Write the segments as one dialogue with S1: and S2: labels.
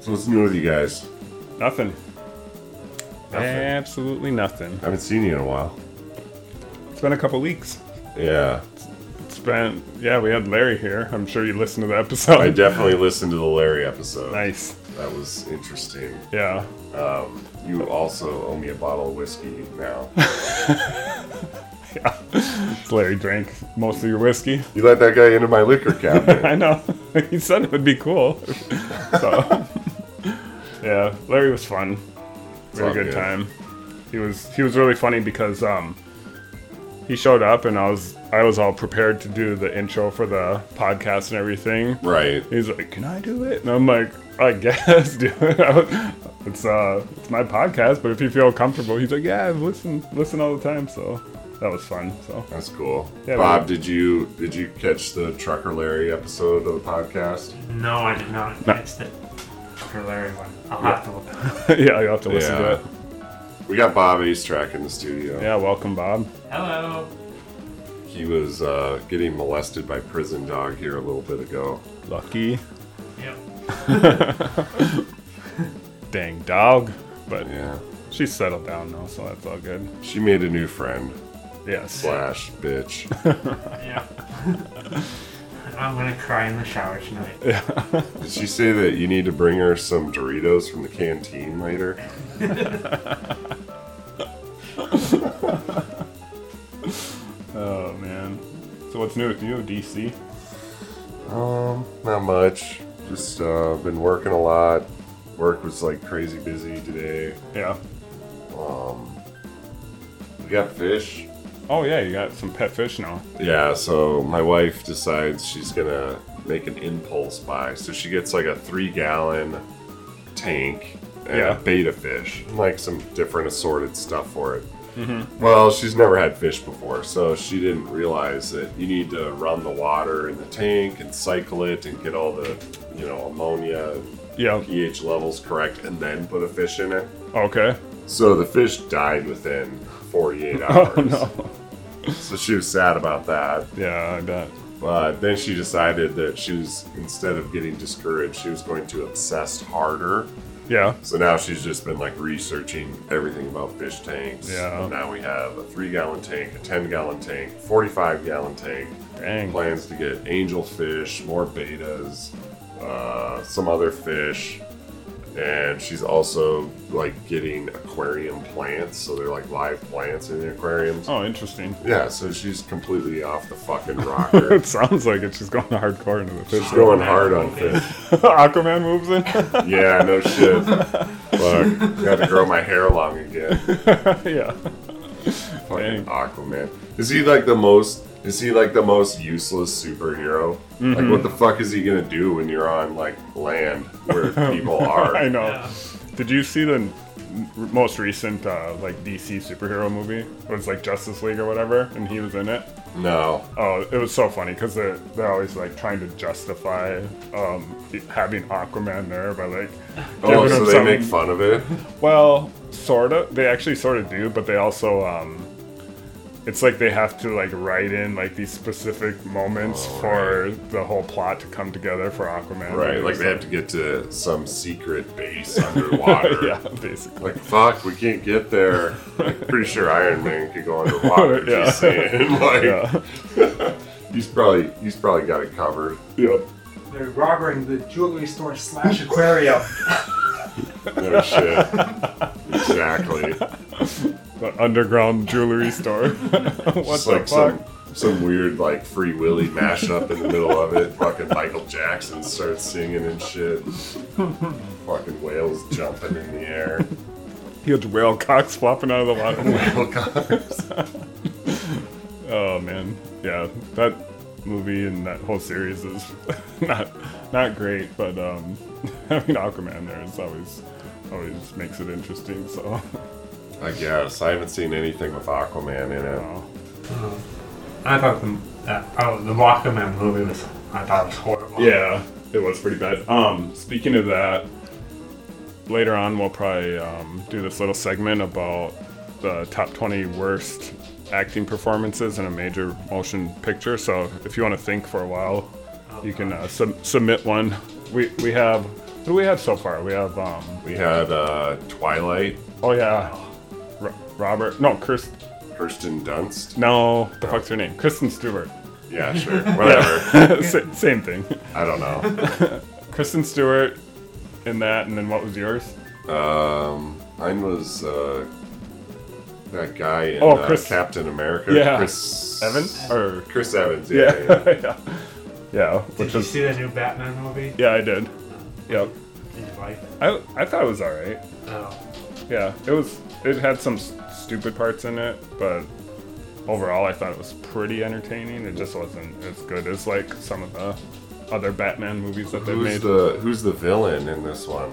S1: So what's new with you guys?
S2: Nothing.
S1: Nothing.
S2: Absolutely nothing.
S1: I haven't seen you in a while.
S2: It's been a couple weeks.
S1: Yeah,
S2: It's been yeah. We had Larry here. I'm sure you listened to the episode.
S1: I definitely listened to the Larry episode.
S2: Nice.
S1: That was interesting.
S2: Yeah.
S1: Um, you also owe me a bottle of whiskey now.
S2: Yeah. It's Larry drank most of your whiskey.
S1: you let that guy into my liquor cabinet.
S2: I know. he said it would be cool. so yeah, Larry was fun. We had
S1: all
S2: a good,
S1: good.
S2: time. He was he was really funny because um he showed up and I was I was all prepared to do the intro for the podcast and everything.
S1: right.
S2: He's like, "Can I do it?" And I'm like, "I guess, dude. it's uh, it's my podcast, but if you feel comfortable, he's like, "Yeah, I've listened, listen all the time." So that was fun. So
S1: That's cool.
S2: Yeah,
S1: Bob,
S2: man.
S1: did you did you catch the Trucker Larry episode of the podcast?
S3: No, I did not.
S2: No.
S3: It's the Dr. Larry one. I'll have to look it up.
S2: yeah, you have to listen to
S1: Yeah.
S2: it.
S1: We got Bob Acetrack in the studio.
S2: Yeah, welcome, Bob.
S3: Hello.
S1: He was uh, getting molested by prison dog here a little bit ago.
S2: Lucky,
S3: Yep.
S2: dang dog. But
S1: Yeah.
S2: she's settled down now, so that's all good.
S1: She made a new friend.
S2: Yes.
S1: Slash bitch.
S3: Yeah. I'm gonna cry in the shower tonight.
S1: Did she say that you need to bring her some Doritos from the canteen later?
S2: Oh man. So what's new with you, DC?
S1: Um, not much. Just uh, been working a lot. Work was like crazy busy today.
S2: Yeah.
S1: We got fish.
S2: Oh yeah, you got some pet fish now.
S1: Yeah, so my wife decides she's gonna make an impulse buy. So she gets like a three gallon tank and
S2: Yeah.
S1: a beta fish, and like some different assorted stuff for it.
S2: Mm-hmm.
S1: Well, she's never had fish before, so she didn't realize that you need to run the water in the tank and cycle it and get all the, you know, ammonia and
S2: Yeah.
S1: pH levels correct and then put a fish in it.
S2: Okay.
S1: So the fish died within 48 hours.
S2: Oh no.
S1: So she was sad about that.
S2: Yeah, I bet.
S1: But then she decided that she was, instead of getting discouraged, she was going to obsess harder.
S2: Yeah.
S1: So now she's just been like researching everything about fish tanks.
S2: Yeah.
S1: And now we have a three gallon tank, a 10 gallon tank, 45 gallon tank.
S2: Dang.
S1: Plans to get angelfish, more betas, uh, some other fish. And she's also like getting aquarium plants. So they're like live plants in the aquariums.
S2: Oh, interesting.
S1: Yeah, so she's completely off the fucking rocker.
S2: It sounds like it. She's going hardcore into the fish.
S1: She's going hard on fish.
S2: Aquaman moves in.
S1: Yeah, no shit. Fuck. Got to grow my hair long again.
S2: yeah.
S1: Fucking Aquaman. Is he like the most is he like the most useless superhero? Like
S2: Mm-hmm.
S1: what the fuck is he gonna do when you're on like land where
S2: Oh,
S1: people are?
S2: I know.
S3: Yeah.
S2: Did you see the n- most recent uh, like DC superhero movie? It was like Justice League or whatever, and he was in it.
S1: No.
S2: Oh, it was so funny because they're they're always like trying to justify um, having Aquaman there by like.
S1: Oh,
S2: giving
S1: so
S2: him
S1: they
S2: some-
S1: make fun of it?
S2: Well, sorta. They actually sort of do, but they also um it's like they have to like write in like these specific moments
S1: Oh,
S2: for the whole plot to come together for Aquaman.
S1: Right, like they have to get to some secret base underwater.
S2: yeah, basically.
S1: Like fuck, we can't get there. Like, pretty sure Iron Man could go underwater.
S2: Yeah.
S1: Just saying, like
S2: Yeah.
S1: he's probably he's probably got it covered.
S2: yeah.
S4: They're robbing the jewelry store slash aquarium.
S1: No shit. exactly.
S2: The underground jewelry store.
S1: Just
S2: what the
S1: like
S2: fuck?
S1: some some weird like free willy mashup in the middle of it. Fucking Michael Jackson starts singing and shit. Fucking whales jumping in the air.
S2: Huge whale cocks flopping out of the water.
S1: Whale cars.
S2: oh man. Yeah. That movie and that whole series is not not great, but um having Aquaman there is always always makes it interesting, so
S1: I guess. I haven't seen anything with Aquaman in it.
S2: Oh.
S3: Um, I thought the that, oh the Walkman movie was I thought it was horrible.
S2: Yeah, it was pretty bad. Um, speaking of that, later on we'll probably um, do this little segment about the top 20 worst acting performances in a major motion picture. So if you want to think for a while, you can uh, sub- submit one. We we have Who do we have so far? We have um.
S1: We had uh, Twilight,
S2: Oh yeah, Ro- Robert. No, Chris.
S1: Kirsten Dunst.
S2: No, the fuck's her name? Kristen Stewart.
S1: Yeah, sure, whatever.
S2: Sa- same thing.
S1: I don't know.
S2: Kristen Stewart in that, and then what was yours?
S1: Um, mine was uh, that guy in
S2: Oh,
S1: uh,
S2: Chris-
S1: Captain America.
S2: Yeah.
S1: Chris
S2: Evan or
S1: Chris Evans. Yeah. yeah.
S2: yeah, yeah, yeah.
S3: Did
S2: Which
S3: you
S2: was
S3: see the new Batman movie?
S2: yeah, I did. Yep.
S3: Did you like it?
S2: I I thought it was all right.
S3: Oh.
S2: Yeah, it was. It had some s- stupid parts in it, but overall, I thought it was pretty entertaining. It just wasn't as good as like some of the other Batman movies that they
S1: Who's
S2: made.
S1: the Who's the villain in this one?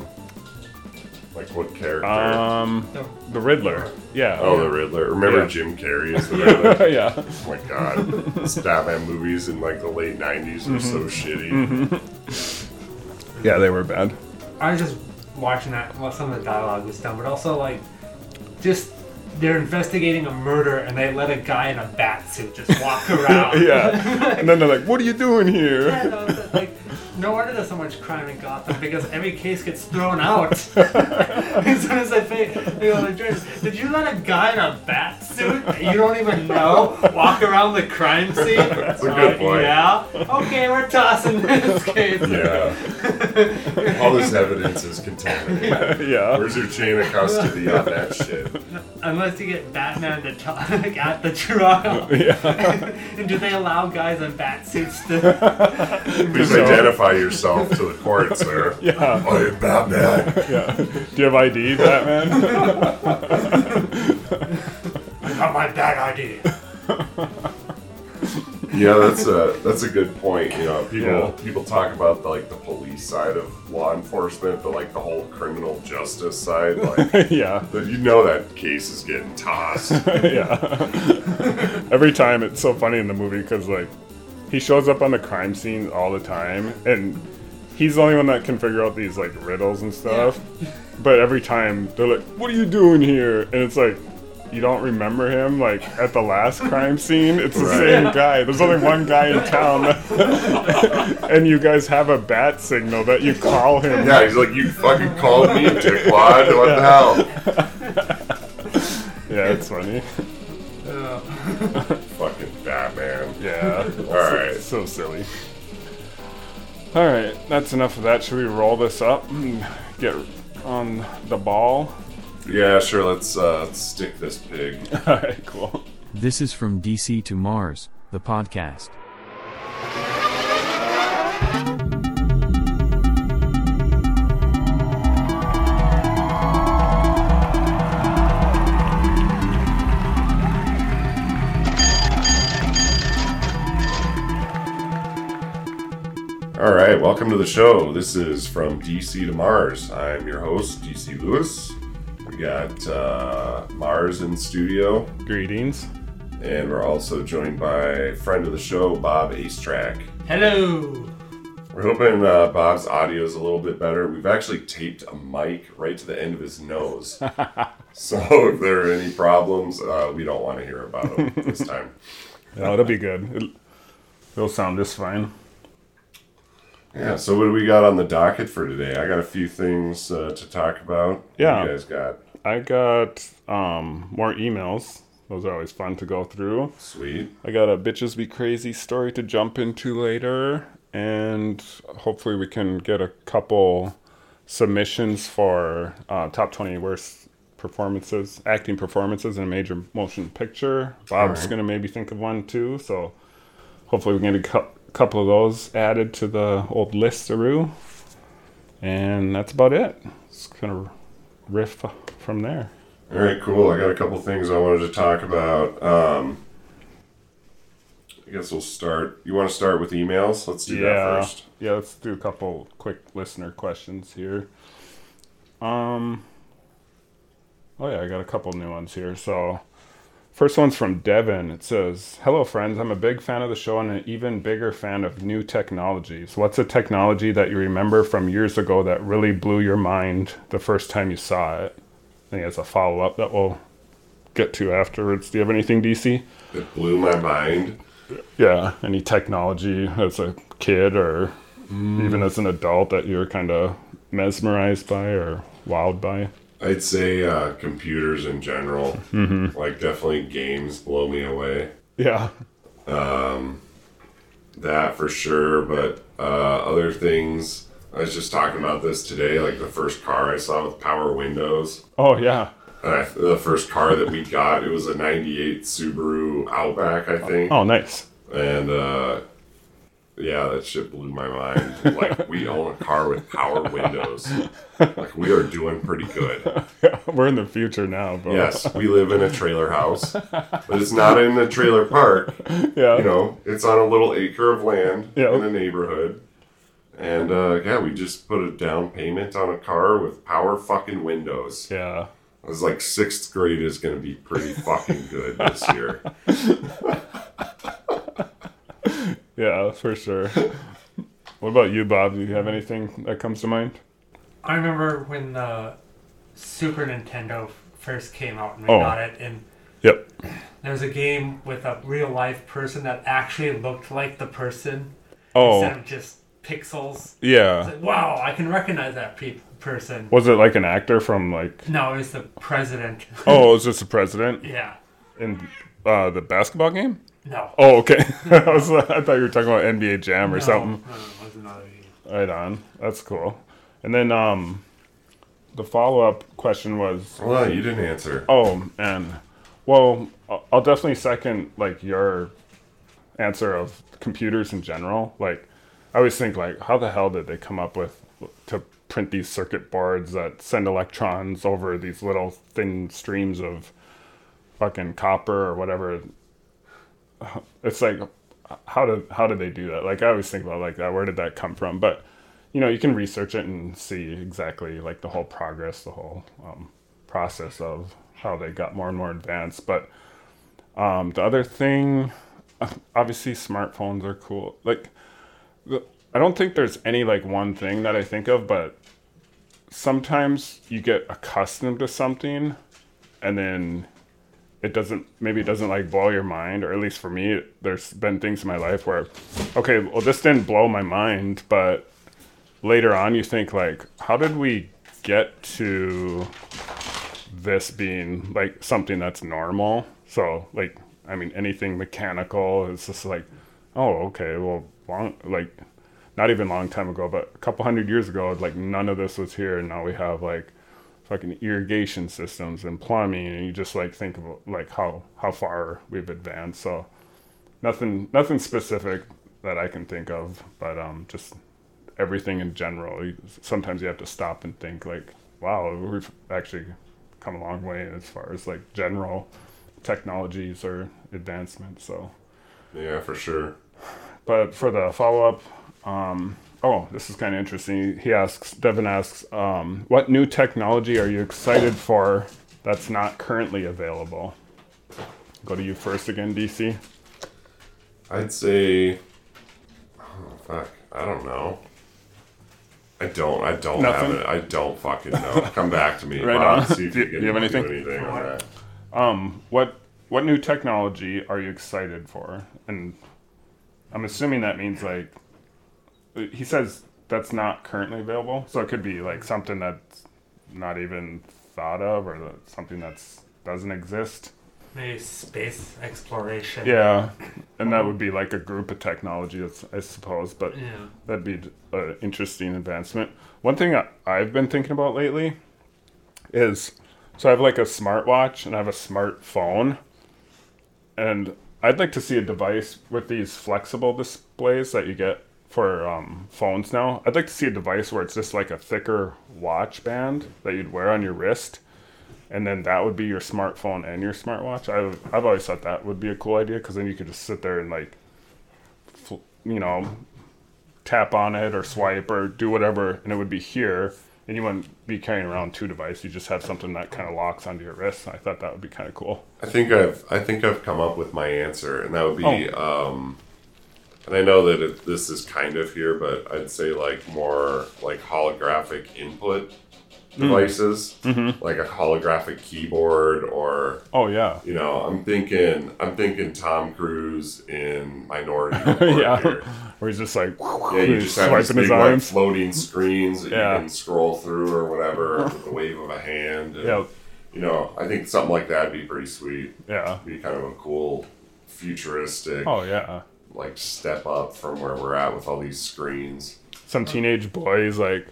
S1: Like what character?
S2: um, the Riddler. Yeah.
S1: oh, the Riddler. Remember
S2: Yeah.
S1: Jim Carrey as the Riddler?
S2: yeah.
S1: Oh my god. These Batman movies in like the late 90s were
S2: Mm-hmm.
S1: so shitty.
S2: Yeah, they were bad.
S3: I was just watching that. Well, some of the dialogue was dumb, but also like, just they're investigating a murder and they let a guy in a bat suit just walk around.
S2: Yeah. and then they're like, "What are you doing
S3: Yeah,
S2: here?"
S3: no, it's like, no wonder there's so much crime in Gotham because every case gets thrown out. as soon as they pay, you know, the jurors, did you let a guy in a bat suit that you don't even know walk around the crime scene? That's
S1: a good point.
S3: Yeah. Okay, we're tossing this case.
S2: Mm-hmm.
S1: Yeah. All this evidence is contaminated.
S2: yeah.
S1: Where's your chain of custody on that shit?
S3: Unless you get Batman to talk at the trial.
S2: Yeah.
S3: and do they allow guys in bat suits to?
S1: Please
S2: So-
S1: identify yourself to the court, sir.
S2: Yeah.
S1: I am Batman.
S2: Yeah. Do you have ID, Batman?
S3: Not my bad idea.
S1: Yeah, that's a that's a good point. You know, people
S2: Yeah.
S1: people talk about like the police side of law enforcement, but like the whole criminal justice side, like
S2: yeah.
S1: but you know that case is getting tossed.
S2: yeah. Every time it's so funny in the movie because like he shows up on the crime scene all the time, and he's the only one that can figure out these like riddles and stuff. But every time they're like, "What are you doing here?" and it's like. You don't remember him like at the last crime scene. It's the
S1: Right.
S2: same guy. There's only one guy in town, and you guys have a bat signal that you call him.
S1: Yeah, he's like, you fucking called me, dickwad. What the hell?
S2: yeah it's funny.
S3: Oh.
S1: Fucking Batman.
S2: Yeah.
S1: All right.
S2: So silly. All right, that's enough of that. Should we roll this up and get on the ball?
S1: Yeah, sure. Let's uh, let's stick this pig.
S2: All right, cool.
S5: This is From DC to Mars, the podcast.
S1: All right, welcome to the show. This is from DC to Mars. I'm your host, DC Lewis. We got uh, Mars in studio,
S2: Greetings.
S1: and we're also joined by friend of the show, Bob Astrack.
S3: Hello.
S1: We're hoping uh, Bob's audio is a little bit better. We've actually taped a mic right to the end of his nose. so if there are any problems, uh, we don't want to hear about them this time.
S2: No, Oh, it'll be good. It'll, it'll sound just fine.
S1: Yeah, so what do we got on the docket for today? I got a few things uh, to talk about. What do
S2: Yeah.
S1: You guys got
S2: I got um, more emails. Those are always fun to go through.
S1: sweet.
S2: I got a bitches be crazy story to jump into later, and hopefully we can get a couple submissions for uh, top twenty worst performances, acting performances in a major motion picture. Bob's gonna maybe think of one too, so hopefully we can get a cou- couple of those added to the old list, Aru. And that's about it. It's gonna riff from there.
S1: All right, cool. I got a couple things I wanted to talk about. Um, I guess we'll start. You want to start with emails? Let's do that first.
S2: Yeah, let's do a couple quick listener questions here. Um Oh yeah, I got a couple new ones here. So first one's from Devin. It says, Hello friends, I'm a big fan of the show and an even bigger fan of new technologies. What's a technology that you remember from years ago that really blew your mind the first time you saw it? I think it's a follow up that we'll get to afterwards. Do you have anything DC?
S1: It blew my mind.
S2: yeah any technology as a kid or even as an adult that you're kind of mesmerized by or wowed by?
S1: I'd say uh, computers in general. Like, definitely games blow me away.
S2: Yeah.
S1: That for sure. But uh, other things, I was just talking about this today. Like, the first car I saw with power windows.
S2: Oh yeah.
S1: Uh, the first car that we got, it was a 98 Subaru Outback, I think.
S2: Oh nice.
S1: And uh, yeah, that shit blew my mind. Like, we own a car with power windows. Like, we are doing pretty good.
S2: We're in the future now, bro.
S1: Yes, we live in a trailer house, but it's not in a trailer park.
S2: Yeah.
S1: You know, it's on a little acre of land
S2: Yeah.
S1: in a neighborhood. And uh, yeah, we just put a down payment on a car with power fucking windows.
S2: Yeah.
S1: I was like, sixth grade is going to be pretty fucking good this year.
S2: Yeah, for sure. what about you, Bob? Do you have anything that comes to mind?
S3: I remember when the Super Nintendo f- first came out and we
S2: Oh.
S3: got it, and
S2: Yep.
S3: there was a game with a real life person that actually looked like the person instead
S2: Oh
S3: of just pixels.
S2: yeah.
S3: Like, wow, I can recognize that pe- person.
S2: Was it like an actor from like?
S3: No, it was the president.
S2: Oh, it was just the president
S3: yeah.
S2: in uh, the basketball game.
S3: No.
S2: Oh, okay. I, was, I thought you were talking about NBA Jam or
S3: no,
S2: something.
S3: No, it was another game.
S2: Right on. That's cool. And then um, the follow up question was,
S1: Well, you didn't answer.
S2: oh man, well, I'll- I'll definitely second like your answer of computers in general. Like, I always think like, how the hell did they come up with to print these circuit boards that send electrons over these little thin streams of fucking copper or whatever? It's like, how did how did they do that? Like, I always think about like that. Where did that come from? But you know, you can research it and see exactly like the whole progress, the whole um, process of how they got more and more advanced. But um, the other thing, obviously, smartphones are cool. Like, the- I don't think there's any like one thing that I think of, but sometimes you get accustomed to something, and then it doesn't maybe it doesn't like blow your mind, or at least for me, there's been things in my life where, okay, well, this didn't blow my mind, but later on you think like how did we get to this being like something that's normal so like i mean anything mechanical it's just like oh okay well long like not even long time ago but a couple hundred years ago like none of this was here and now we have like fucking irrigation systems and plumbing and you just like think of like how how far we've advanced so nothing nothing specific that i can think of but um just everything in general. You, sometimes you have to stop and think, like, wow, we've actually come a long way as far as like general technologies or advancements. So,
S1: Yeah, for sure.
S2: but for the follow up, um, oh, this is kind of interesting. He asks, Devin asks, um, what new technology are you excited for that's not currently available? Go to you first again, DC.
S1: I'd say, oh, fuck, I don't know. I don't. I don't
S2: Nothing?
S1: have it. I don't fucking know. Come back to me.
S2: Right
S1: Bob,
S2: on.
S1: see if
S2: Do
S1: you,
S2: you-
S1: can
S2: do you have
S1: do
S2: anything?
S1: anything on that.
S2: What what new technology are you excited for? And I'm assuming that means like he says that's not currently available, so it could be like something that's not even thought of or that- something that's doesn't exist.
S3: Maybe space exploration.
S2: Yeah, and that would be like a group of technologies, I suppose. But
S3: Yeah.
S2: that'd be an interesting advancement. One thing I- I've been thinking about lately is so I have like a smartwatch and I have a smartphone, and I'd like to see a device with these flexible displays that you get for um, phones now. I'd like to see a device where it's just like a thicker watch band that you'd wear on your wrist. And then that would be your smartphone and your smartwatch. I've, I've always thought that would be a cool idea because then you could just sit there and like, fl- you know, tap on it or swipe or do whatever, and it would be here. And you wouldn't be carrying around two devices. You just have something that kind of locks onto your wrist. I thought that would be kind of cool.
S1: I think I've I think I've come up with my answer, and that would be.
S2: Oh.
S1: Um, and I know that it, this is kind of here, but I'd say like more like holographic input.
S2: Hmm.
S1: devices,
S2: Mm-hmm.
S1: like a holographic keyboard or
S2: Oh yeah.
S1: you know, I'm thinking I'm thinking Tom Cruise in Minority. Report
S2: yeah.
S1: here.
S2: Where he's just like
S1: Yeah, you
S2: he's
S1: just have these
S2: swiping
S1: big
S2: his
S1: like,
S2: arms.
S1: floating screens that
S2: Yeah.
S1: you can scroll through or whatever with the wave of a hand. And,
S2: Yeah.
S1: You know, I think something like that would be pretty sweet.
S2: Yeah.
S1: Be kind of a cool, futuristic,
S2: Oh yeah.
S1: like step up from where we're at with all these screens.
S2: Some teenage boy is like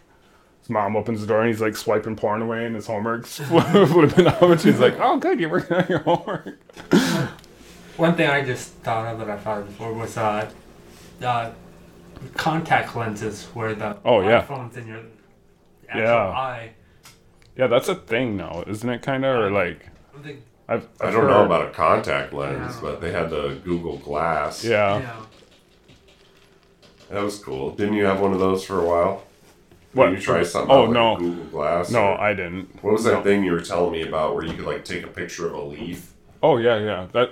S2: his mom opens the door and he's like swiping porn away and his homework would have been out and she's like, Oh good, you're working on your homework.
S3: One thing I just thought of that I thought of before was uh, uh, contact lenses where the
S2: Oh, yeah.
S3: phones in your actual
S2: Yeah.
S3: eye.
S2: Yeah, that's a thing now, isn't it kinda? Or like
S3: The,
S2: I've,
S1: I
S2: I've
S1: don't know
S2: heard-
S1: about a contact lens, but they had the Google Glass.
S2: Yeah.
S3: you know,
S1: That was cool. Didn't you have one of those for a while?
S2: What?
S1: Did you try something
S2: Oh
S1: out, like
S2: no.
S1: Google Glass?
S2: No,
S1: or-
S2: I didn't.
S1: What was that thing you were telling me about where you could like take a picture of a leaf?
S2: Oh yeah, yeah. That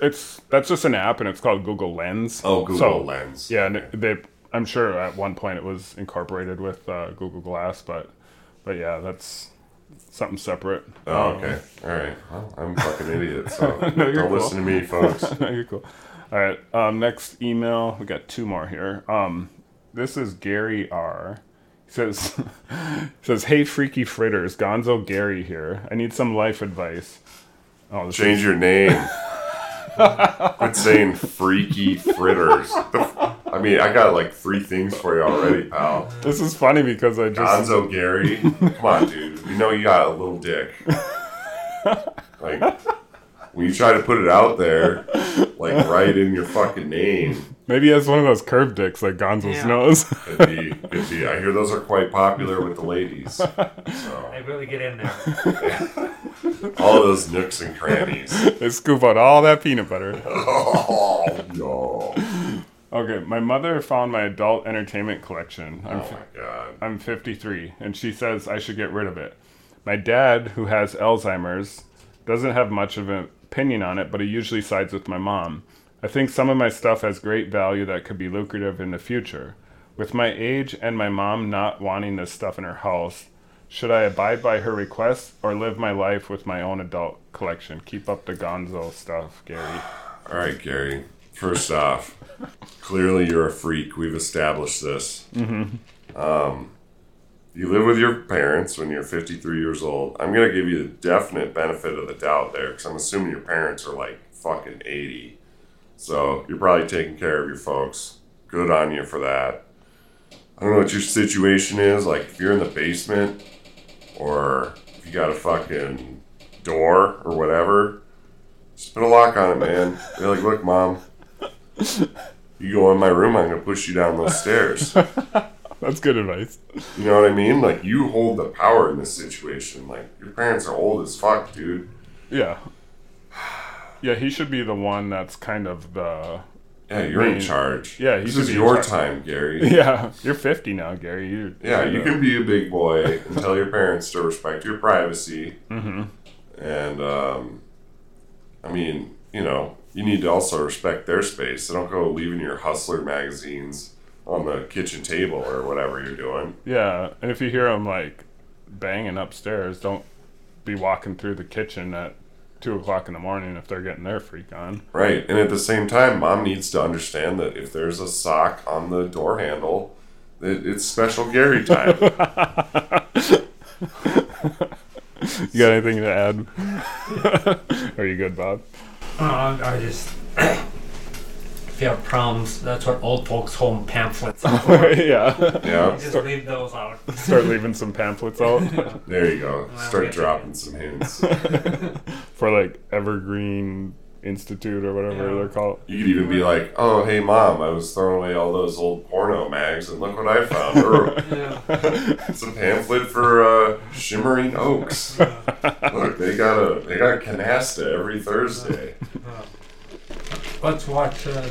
S2: it's that's just an app and it's called Google Lens.
S1: Oh, Google
S2: So,
S1: Lens.
S2: Yeah, and it- they. I'm sure at one point it was incorporated with uh, Google Glass, but but yeah, that's something separate. Um,
S1: Oh, okay. All right. Well, I'm a fucking idiot, so
S2: No, you're
S1: don't
S2: cool.
S1: listen to me, folks.
S2: no, you're cool. All right. Um, next email. We got two more here. Um, this is Gary R. He says, says, hey, freaky fritters, Gonzo Gary here. I need some life advice. Oh, this
S1: Change your name. Quit saying freaky fritters. I mean, I got like three things for you already, pal.
S2: is, this is funny because I just
S1: Gonzo Gary. Come on, dude. You know you got a little dick. Like, when you try to put it out there, like, write in your fucking name.
S2: maybe he has one of those curved dicks like Gonzo's
S3: Yeah.
S2: nose.
S1: Could be, could be. I hear those are quite popular with the ladies. So,
S3: they really get in there.
S1: all those nooks and crannies.
S2: they scoop out all that peanut butter.
S1: Oh, no.
S2: Okay, my mother found my adult entertainment collection. I'm,
S1: Oh, my God.
S2: I'm 53, and she says I should get rid of it. My dad, who has Alzheimer's, doesn't have much of an opinion on it, but he usually sides with my mom. I think some of my stuff has great value that could be lucrative in the future. With my age and my mom not wanting this stuff in her house, should I abide by her request or live my life with my own adult collection? Keep up the gonzo stuff, Gary.
S1: All right, Gary. First off, clearly you're a freak. We've established this. Mm-hmm. Um, you live with your parents when you're 53 years old. I'm going to give you the definite benefit of the doubt there because I'm assuming your parents are like fucking 80. So you're probably taking care of your folks. Good on you for that. I don't know what your situation is. Like, if you're in the basement or if you got a fucking door or whatever, just put a lock on it, man. They're like, look, mom, you go in my room, I'm gonna push you down those stairs.
S2: That's good advice.
S1: You know what I mean? Like, you hold the power in this situation. Like, your parents are old as fuck, dude.
S2: Yeah. Yeah, he should be the one that's kind of the.
S1: Yeah, you're in
S2: Man.
S1: charge.
S2: Yeah, he
S1: this
S2: should
S1: is
S2: be in
S1: your
S2: charge.
S1: time, Gary.
S2: Yeah, you're 50 now, Gary. You're,
S1: Yeah, you can be a big boy and tell your parents to respect your privacy. Mm-hmm. And, um, I mean, you know, you need to also respect their space. So don't go leaving your hustler magazines on the kitchen table or whatever you're doing.
S2: Yeah, and if you hear him like banging upstairs, don't be walking through the kitchen at two o'clock in the morning if they're getting their freak on.
S1: Right. And at the same time, mom needs to understand that if there's a sock on the door handle, it, it's special Gary time.
S2: You got anything to add? Are you good, Bob?
S3: Uh, I just. if you have problems, that's what old folks' home pamphlets are for.
S2: yeah.
S1: yeah.
S3: just leave those out.
S2: Start leaving some pamphlets out
S1: There you go.
S3: we
S1: Start
S3: have to-
S1: dropping some hints.
S2: for like Evergreen Institute or whatever
S3: Yeah.
S2: they're called.
S1: You could even be like, oh, hey, mom, I was throwing away all those old porno mags, and look what I found. Or
S3: Yeah.
S1: it's a pamphlet for uh, Shimmering Oaks. Look, they got a they got canasta every Thursday.
S3: Let's watch uh,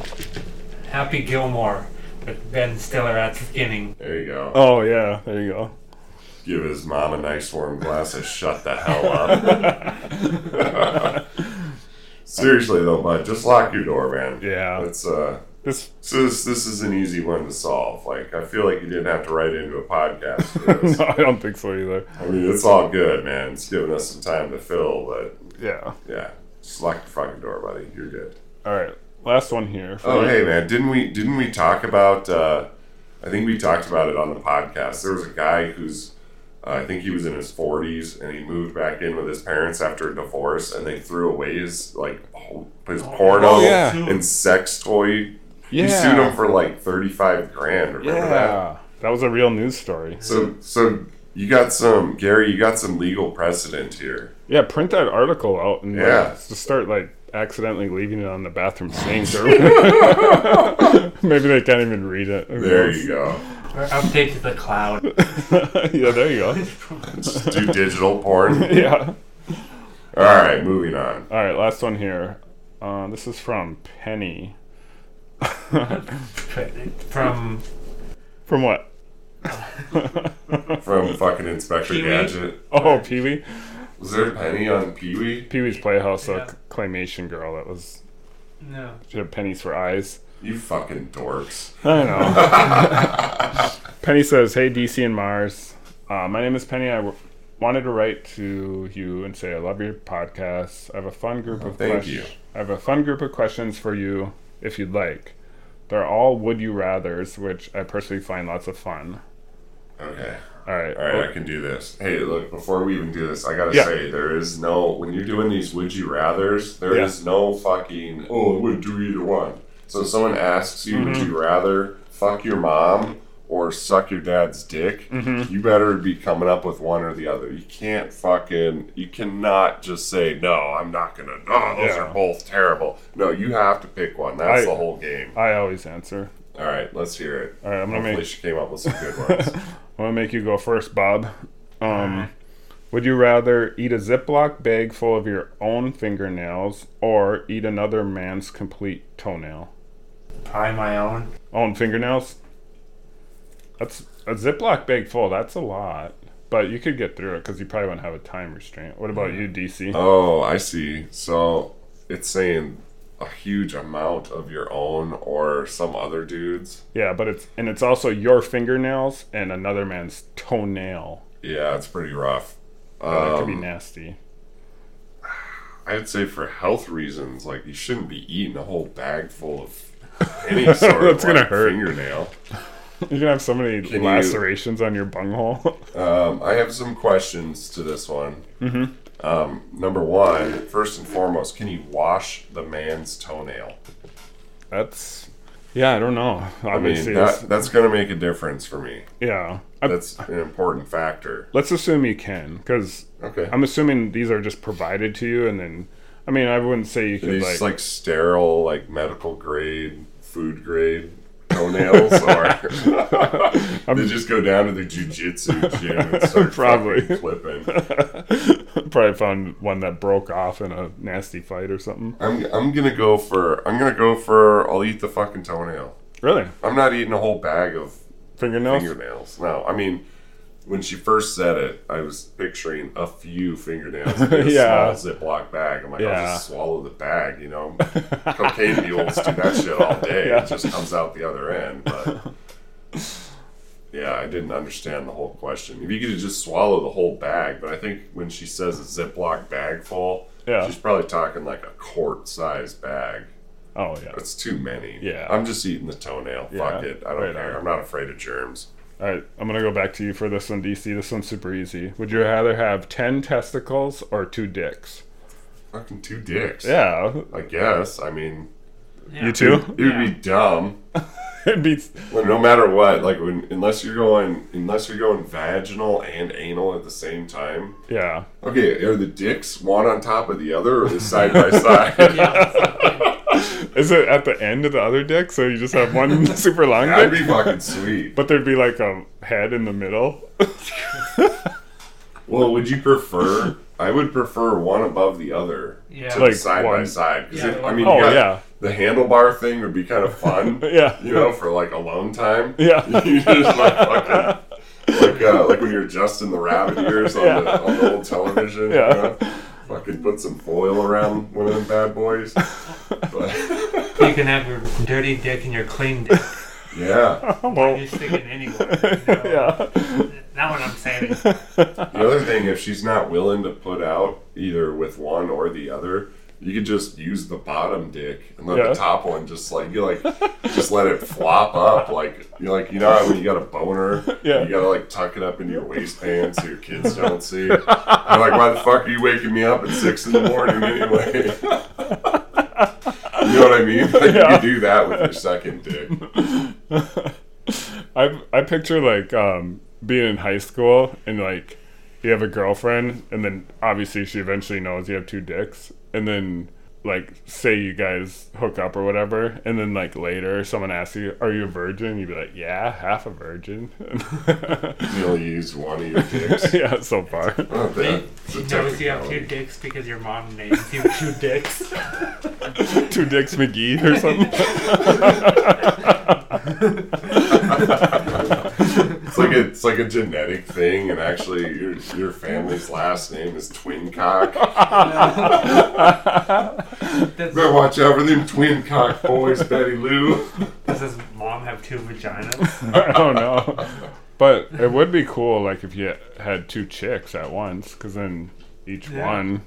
S3: Happy Gilmore with Ben Stiller at the beginning.
S1: There you go.
S2: Oh yeah, there you go.
S1: Give his mom a nice warm glass of shut the hell up. Seriously though, bud, just lock your door, man.
S2: Yeah.
S1: It's uh
S2: This
S1: So this this is an easy one to solve. Like I feel like you didn't have to write into a podcast. For this.
S2: no, I don't think so either.
S1: I mean, it's all good, man. It's giving us some time to fill, but
S2: Yeah.
S1: yeah, just lock your fucking door, buddy. You're good.
S2: All right. Last one here. for
S1: Oh
S2: you.
S1: hey, man, didn't we didn't we talk about? Uh, I think we talked about it on the podcast. There was a guy who's. Uh, I think he was in his 40s, and he moved back in with his parents after a divorce, and they threw away his like his porno
S2: Oh, yeah.
S1: and sex toy.
S2: Yeah.
S1: He sued him for like 35 grand. Remember
S2: yeah.
S1: that?
S2: That was a real news story.
S1: So, so you got some Gary. You got some legal precedent here.
S2: Yeah, print that article out and like,
S1: Yeah.
S2: just start like accidentally leaving it on the bathroom sink or maybe they can't even read it. Who
S1: There
S2: knows?
S1: you go.
S3: Or update to the cloud.
S2: yeah, there you go.
S1: Just do digital porn.
S2: Yeah.
S1: All right, moving on.
S2: All right, last one here. Uh, this is from Penny.
S3: From
S2: From what?
S1: From fucking Inspector
S3: Pee-wee?
S1: Gadget.
S2: Oh, Pee Wee.
S1: Was there a penny on Pee Wee?
S2: Pee Wee's Playhouse, a
S3: Yeah.
S2: c- claymation girl that was
S3: no.
S2: she had pennies for eyes.
S1: You fucking dorks.
S2: I know. Penny says, "Hey DC and Mars, uh, my name is Penny. I w- wanted to write to you and say I love your podcast. I have a fun group
S1: Oh,
S2: of
S1: thank
S2: ques-
S1: you.
S2: I have a fun group of questions for you if you'd like. They're all would you rather's, which I personally find lots of fun.
S1: Okay.
S2: All right,
S1: All right, I can do this. Hey, look, before we even do this, I gotta
S2: Yeah.
S1: say there is no when you're doing these would you rather's, there is
S2: Yeah.
S1: no fucking oh I would do either one. So if someone asks you, would
S2: Mm-hmm.
S1: you rather fuck your mom or suck your dad's dick?
S2: Mm-hmm.
S1: You better be coming up with one or the other. You can't fucking you cannot just say no. I'm not gonna. No, those
S2: Yeah.
S1: are both terrible. No, you have to pick one. That's
S2: I-
S1: the whole game.
S2: I always answer.
S1: All right, let's hear it.
S2: All right, I'm gonna
S1: Hopefully,
S2: make
S1: she came up with some good ones.
S2: I'm gonna make you go first, Bob. Um, would you rather eat a Ziploc bag full of your own fingernails or eat another man's complete toenail?
S3: Probably my own.
S2: Own fingernails? That's a Ziploc bag full. That's a lot, but you could get through it because you probably wouldn't have a time restraint. What about you, DC?
S1: Oh, I see. So it's saying a huge amount of your own or some other dude's.
S2: yeah, but it's and it's also your fingernails and another man's toenail.
S1: Yeah, it's pretty rough.
S2: That could be
S1: Um,
S2: nasty.
S1: I'd say for health reasons, like you shouldn't be eating a whole bag full of any sort of
S2: That's gonna
S1: like,
S2: hurt.
S1: fingernail.
S2: You're gonna have so many
S1: Can you-
S2: lacerations on your bunghole.
S1: Um, I have some questions to this one. Mm-hmm. Um, number one, first and foremost, can you wash the man's toenail?
S2: That's yeah, I don't know.
S1: I mean,
S2: Obviously, it's-
S1: that, that's going to make a difference for me.
S2: yeah. I,
S1: That's an important factor.
S2: let's assume you can, because
S1: Okay.
S2: I'm assuming these are just provided to you, and then I mean, I wouldn't say you
S1: Are
S2: could
S1: these
S2: like,
S1: like, sterile, like medical grade, food grade toenails, or they just go down to the jujitsu gym and start
S2: Probably.
S1: probably clipping.
S2: probably found one that broke off in a nasty fight or something.
S1: I'm I'm gonna go for I'm gonna go for I'll eat the fucking toenail.
S2: Really,
S1: I'm not eating a whole bag of
S2: fingernails?
S1: fingernails. No, I mean. When she first said it, I was picturing a few fingernails in a
S2: Yeah.
S1: small Ziploc bag. I'm like,
S2: Yeah.
S1: I'll just swallow the bag, you know. Cocaine mules do that shit all day.
S2: Yeah.
S1: It just comes out the other end. But yeah, I didn't understand the whole question. If you could just swallow the whole bag, but I think when she says a Ziploc bag full,
S2: Yeah.
S1: she's probably talking like a quart size bag.
S2: Oh yeah.
S1: That's too many.
S2: Yeah.
S1: I'm just eating the toenail. Fuck
S2: Yeah.
S1: it. I don't
S2: Right
S1: care.
S2: on.
S1: I'm not afraid of germs.
S2: All right, I'm gonna go back to you for this one, DC. This one's super easy. Would you rather have ten testicles or two dicks?
S1: Fucking two dicks.
S2: Yeah,
S1: I guess. I mean,
S2: you too.
S1: it would be dumb.
S2: It'd be
S1: Well, no matter what, like when, unless you're going, unless you're going vaginal and anal at the same time.
S2: yeah.
S1: Okay, are the dicks one on top of the other, or is side by side?
S2: Is it at the end of the other dick, so you just have one super long
S1: That'd
S2: dick?
S1: be fucking sweet.
S2: But there'd be like a head in the middle.
S1: Well, would you prefer? I would prefer one above the other,
S3: Yeah.
S1: to
S2: Like
S1: side by
S2: one-
S1: side. 'Cause
S3: Yeah,
S1: if- I
S3: one-
S1: mean, you
S2: Oh,
S1: got-
S2: yeah.
S1: the handlebar thing would be kind of fun.
S2: Yeah.
S1: you know, for like alone time.
S2: Yeah.
S1: you just like fucking. Like, uh, like when you're adjusting the rabbit ears on, the, on the old television,
S2: Yeah.
S1: you know? fucking put some foil around one of them bad boys. But
S3: You can have your dirty dick and your clean dick.
S1: Yeah.
S2: well,
S3: You're sticking anywhere.
S2: yeah.
S3: That one I'm saving.
S1: The other thing, if she's not willing to put out either with one or the other, you could just use the bottom dick and let
S2: Yeah.
S1: the top one just like you like just let it flop up like you're like you know how when you got a boner
S2: Yeah.
S1: you gotta like tuck it up into your waistband so your kids don't see. You're like, why the fuck are you waking me up at six in the morning anyway? you know what I mean? Like
S2: Yeah.
S1: you do that with your second dick.
S2: I I picture like um, being in high school and like you have a girlfriend and then obviously she eventually knows you have two dicks and then like say you guys hook up or whatever and then like later someone asks you are you a virgin you'd be like yeah half a virgin
S1: You only use one of your dicks.
S2: yeah so far
S1: Oh, that-
S3: She
S1: it's a
S3: knows you have two
S1: technicality.
S3: dicks because your mom names you two dicks.
S2: two dicks McGee or something
S1: It's like a, it's like a genetic thing, and actually, your your family's last name is Twincock.
S3: Does,
S1: Better watch out for them Twincock boys, Betty Lou.
S3: does his mom have two vaginas?
S2: I don't know. Oh, But it would be cool, like if you had two chicks at once, because then each
S3: Yeah.
S2: one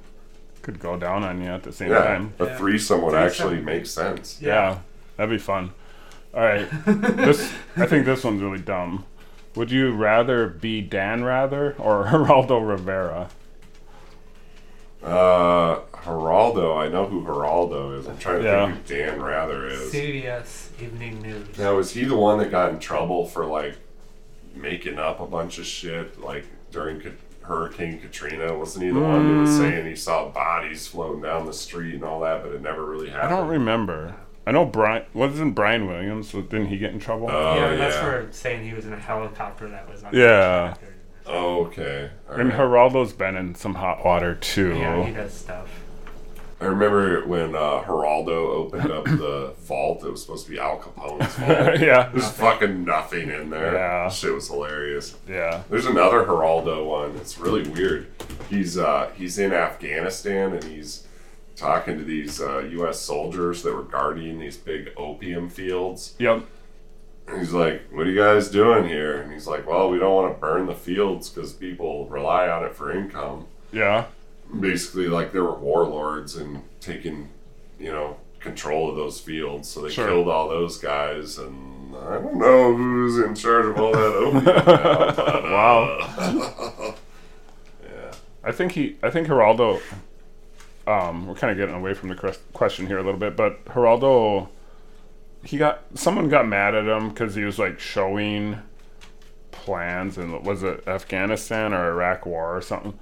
S2: could go down on you at the same
S1: Yeah,
S2: time.
S1: a threesome would actually make sense.
S2: Yeah. that'd be fun. All right, this I think this one's really dumb. Would you rather be Dan Rather or Geraldo Rivera?
S1: Uh, Geraldo, I know who Geraldo is. I'm trying to
S2: Yeah.
S1: think who Dan Rather is.
S3: CBS Evening News.
S1: Now, is he the one that got in trouble for like making up a bunch of shit, like during Ka- Hurricane Katrina? Wasn't he the one who
S2: Hmm.
S1: was saying he saw bodies floating down the street and all that, but it never really
S2: I
S1: happened?
S2: don't remember. I know Brian wasn't Brian Williams. Didn't he get in trouble?
S1: Oh,
S3: yeah, that's for saying he was in a helicopter that was on
S2: Yeah.
S1: Okay. all
S2: and
S1: right.
S2: Geraldo's been in some hot water too.
S3: Yeah, he does stuff.
S1: I remember when uh, Geraldo opened up the vault. It was supposed to be Al Capone's vault.
S2: yeah,
S1: There's fucking nothing in there.
S2: Yeah.
S1: Shit was hilarious.
S2: yeah.
S1: There's another Geraldo one. It's really weird. He's uh, he's in Afghanistan and he's talking to these uh, U.S. soldiers that were guarding these big opium fields.
S2: Yep.
S1: And he's like, "What are you guys doing here?" And he's like, "Well, we don't want to burn the fields because people rely on it for income."
S2: Yeah.
S1: basically like they were warlords and taking you know control of those fields so they
S2: Sure.
S1: killed all those guys and i don't know who's in charge of all that opium now, but, uh,
S2: Wow. I think he. I think Geraldo. Um, we're kind of getting away from the quest- question here a little bit, but Geraldo, he got someone got mad at him because he was like showing plans and was it Afghanistan or Iraq War or something?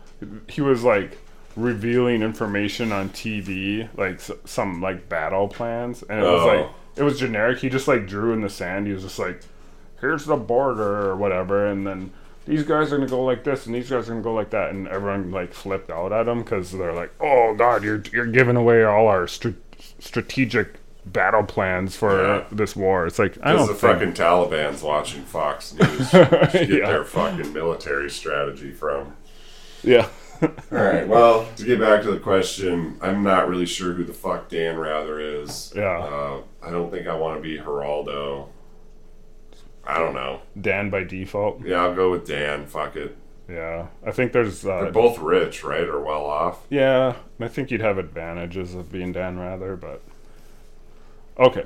S2: He was like revealing information on TV, like s- some like battle plans, and it was
S1: Oh.
S2: like it was generic. He just like drew in the sand. He was just like, here's the border or whatever, and then these guys are gonna go like this and these guys are gonna go like that, and everyone like flipped out at him because they're like, oh god, you're you're giving away all our str- strategic battle plans for
S1: Yeah.
S2: this war. It's like I
S1: because
S2: don't
S1: the
S2: think-
S1: fucking taliban's watching fox news get
S2: Yeah.
S1: their fucking military strategy from
S2: yeah.
S1: all right well to get back to the question i'm not really sure who the fuck dan rather is
S2: Yeah.
S1: uh, i don't think i want to be geraldo i don't know
S2: Dan by default.
S1: yeah i'll go with dan fuck it
S2: Yeah, I think there's. Uh,
S1: They're both rich, right, or well off.
S2: yeah, I think you'd have advantages of being Dan rather, but okay.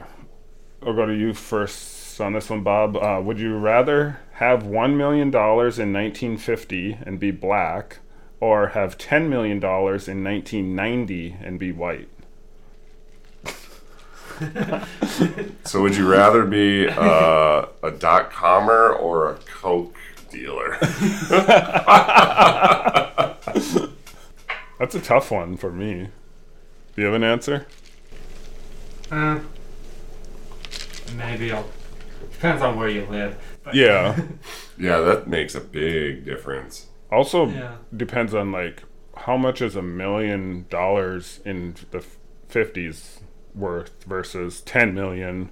S2: I'll go to you first on this one, Bob. Uh, would you rather have one million dollars in 1950 and be black, or have ten million dollars in 1990 and be white?
S1: So, would you rather be uh, a dot commer or a coke dealer?
S2: That's a tough one for me. Do you have an answer?
S3: Uh, maybe I'll. Depends on where you live. But
S2: Yeah.
S1: yeah, that makes a big difference.
S2: Also
S3: Yeah.
S2: depends on like how much is a million dollars in the fifties worth versus ten million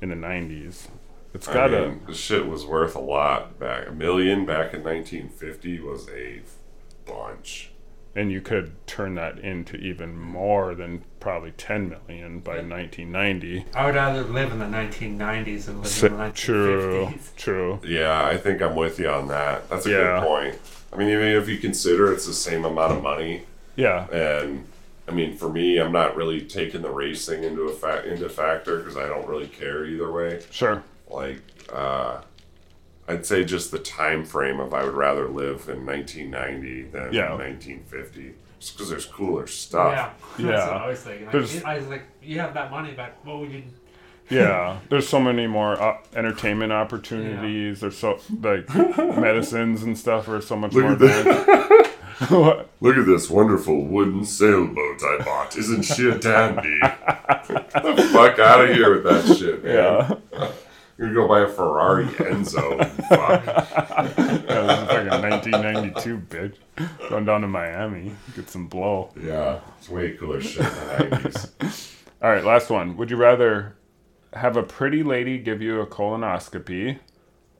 S2: in the nineties. It's
S1: I
S2: gotta
S1: mean, the shit was worth a lot back. A million back in 1950 was a bunch.
S2: and you could turn that into even more than probably 10 million by 1990.
S3: I would rather live in the 1990s than live in the 1950s.
S2: True, true.
S1: Yeah, I think I'm with you on that. That's a
S2: Yeah.
S1: good point. I mean, even if you consider it's the same amount of money,
S2: Yeah,
S1: and I mean, for me, I'm not really taking the race thing into a fa- into factor because I don't really care either way.
S2: sure.
S1: Like, uh, I'd say just the time frame of I would rather live in 1990 than
S2: Yeah.
S1: 1950, just because there's cooler stuff.
S3: Yeah, that's what
S2: Yeah.
S3: I was thinking. Like,
S2: There's-
S3: I was like, you have that money, but what would you?
S2: Yeah, there's so many more op- entertainment opportunities. There's so like medicines and stuff are so much
S1: Look
S2: more
S1: at that.
S2: advanced. What?
S1: Look at this wonderful wooden sailboat I bought. Isn't she a dandy? Get the fuck out of here with that shit, man.
S2: Yeah,
S1: You're gonna go buy a Ferrari Enzo. Fuck.
S2: yeah this is fucking 1992, bitch. Going down to Miami, get some blow.
S1: Yeah, it's way cooler shit than the 90s.
S2: All right, last one. Would you rather have a pretty lady give you a colonoscopy,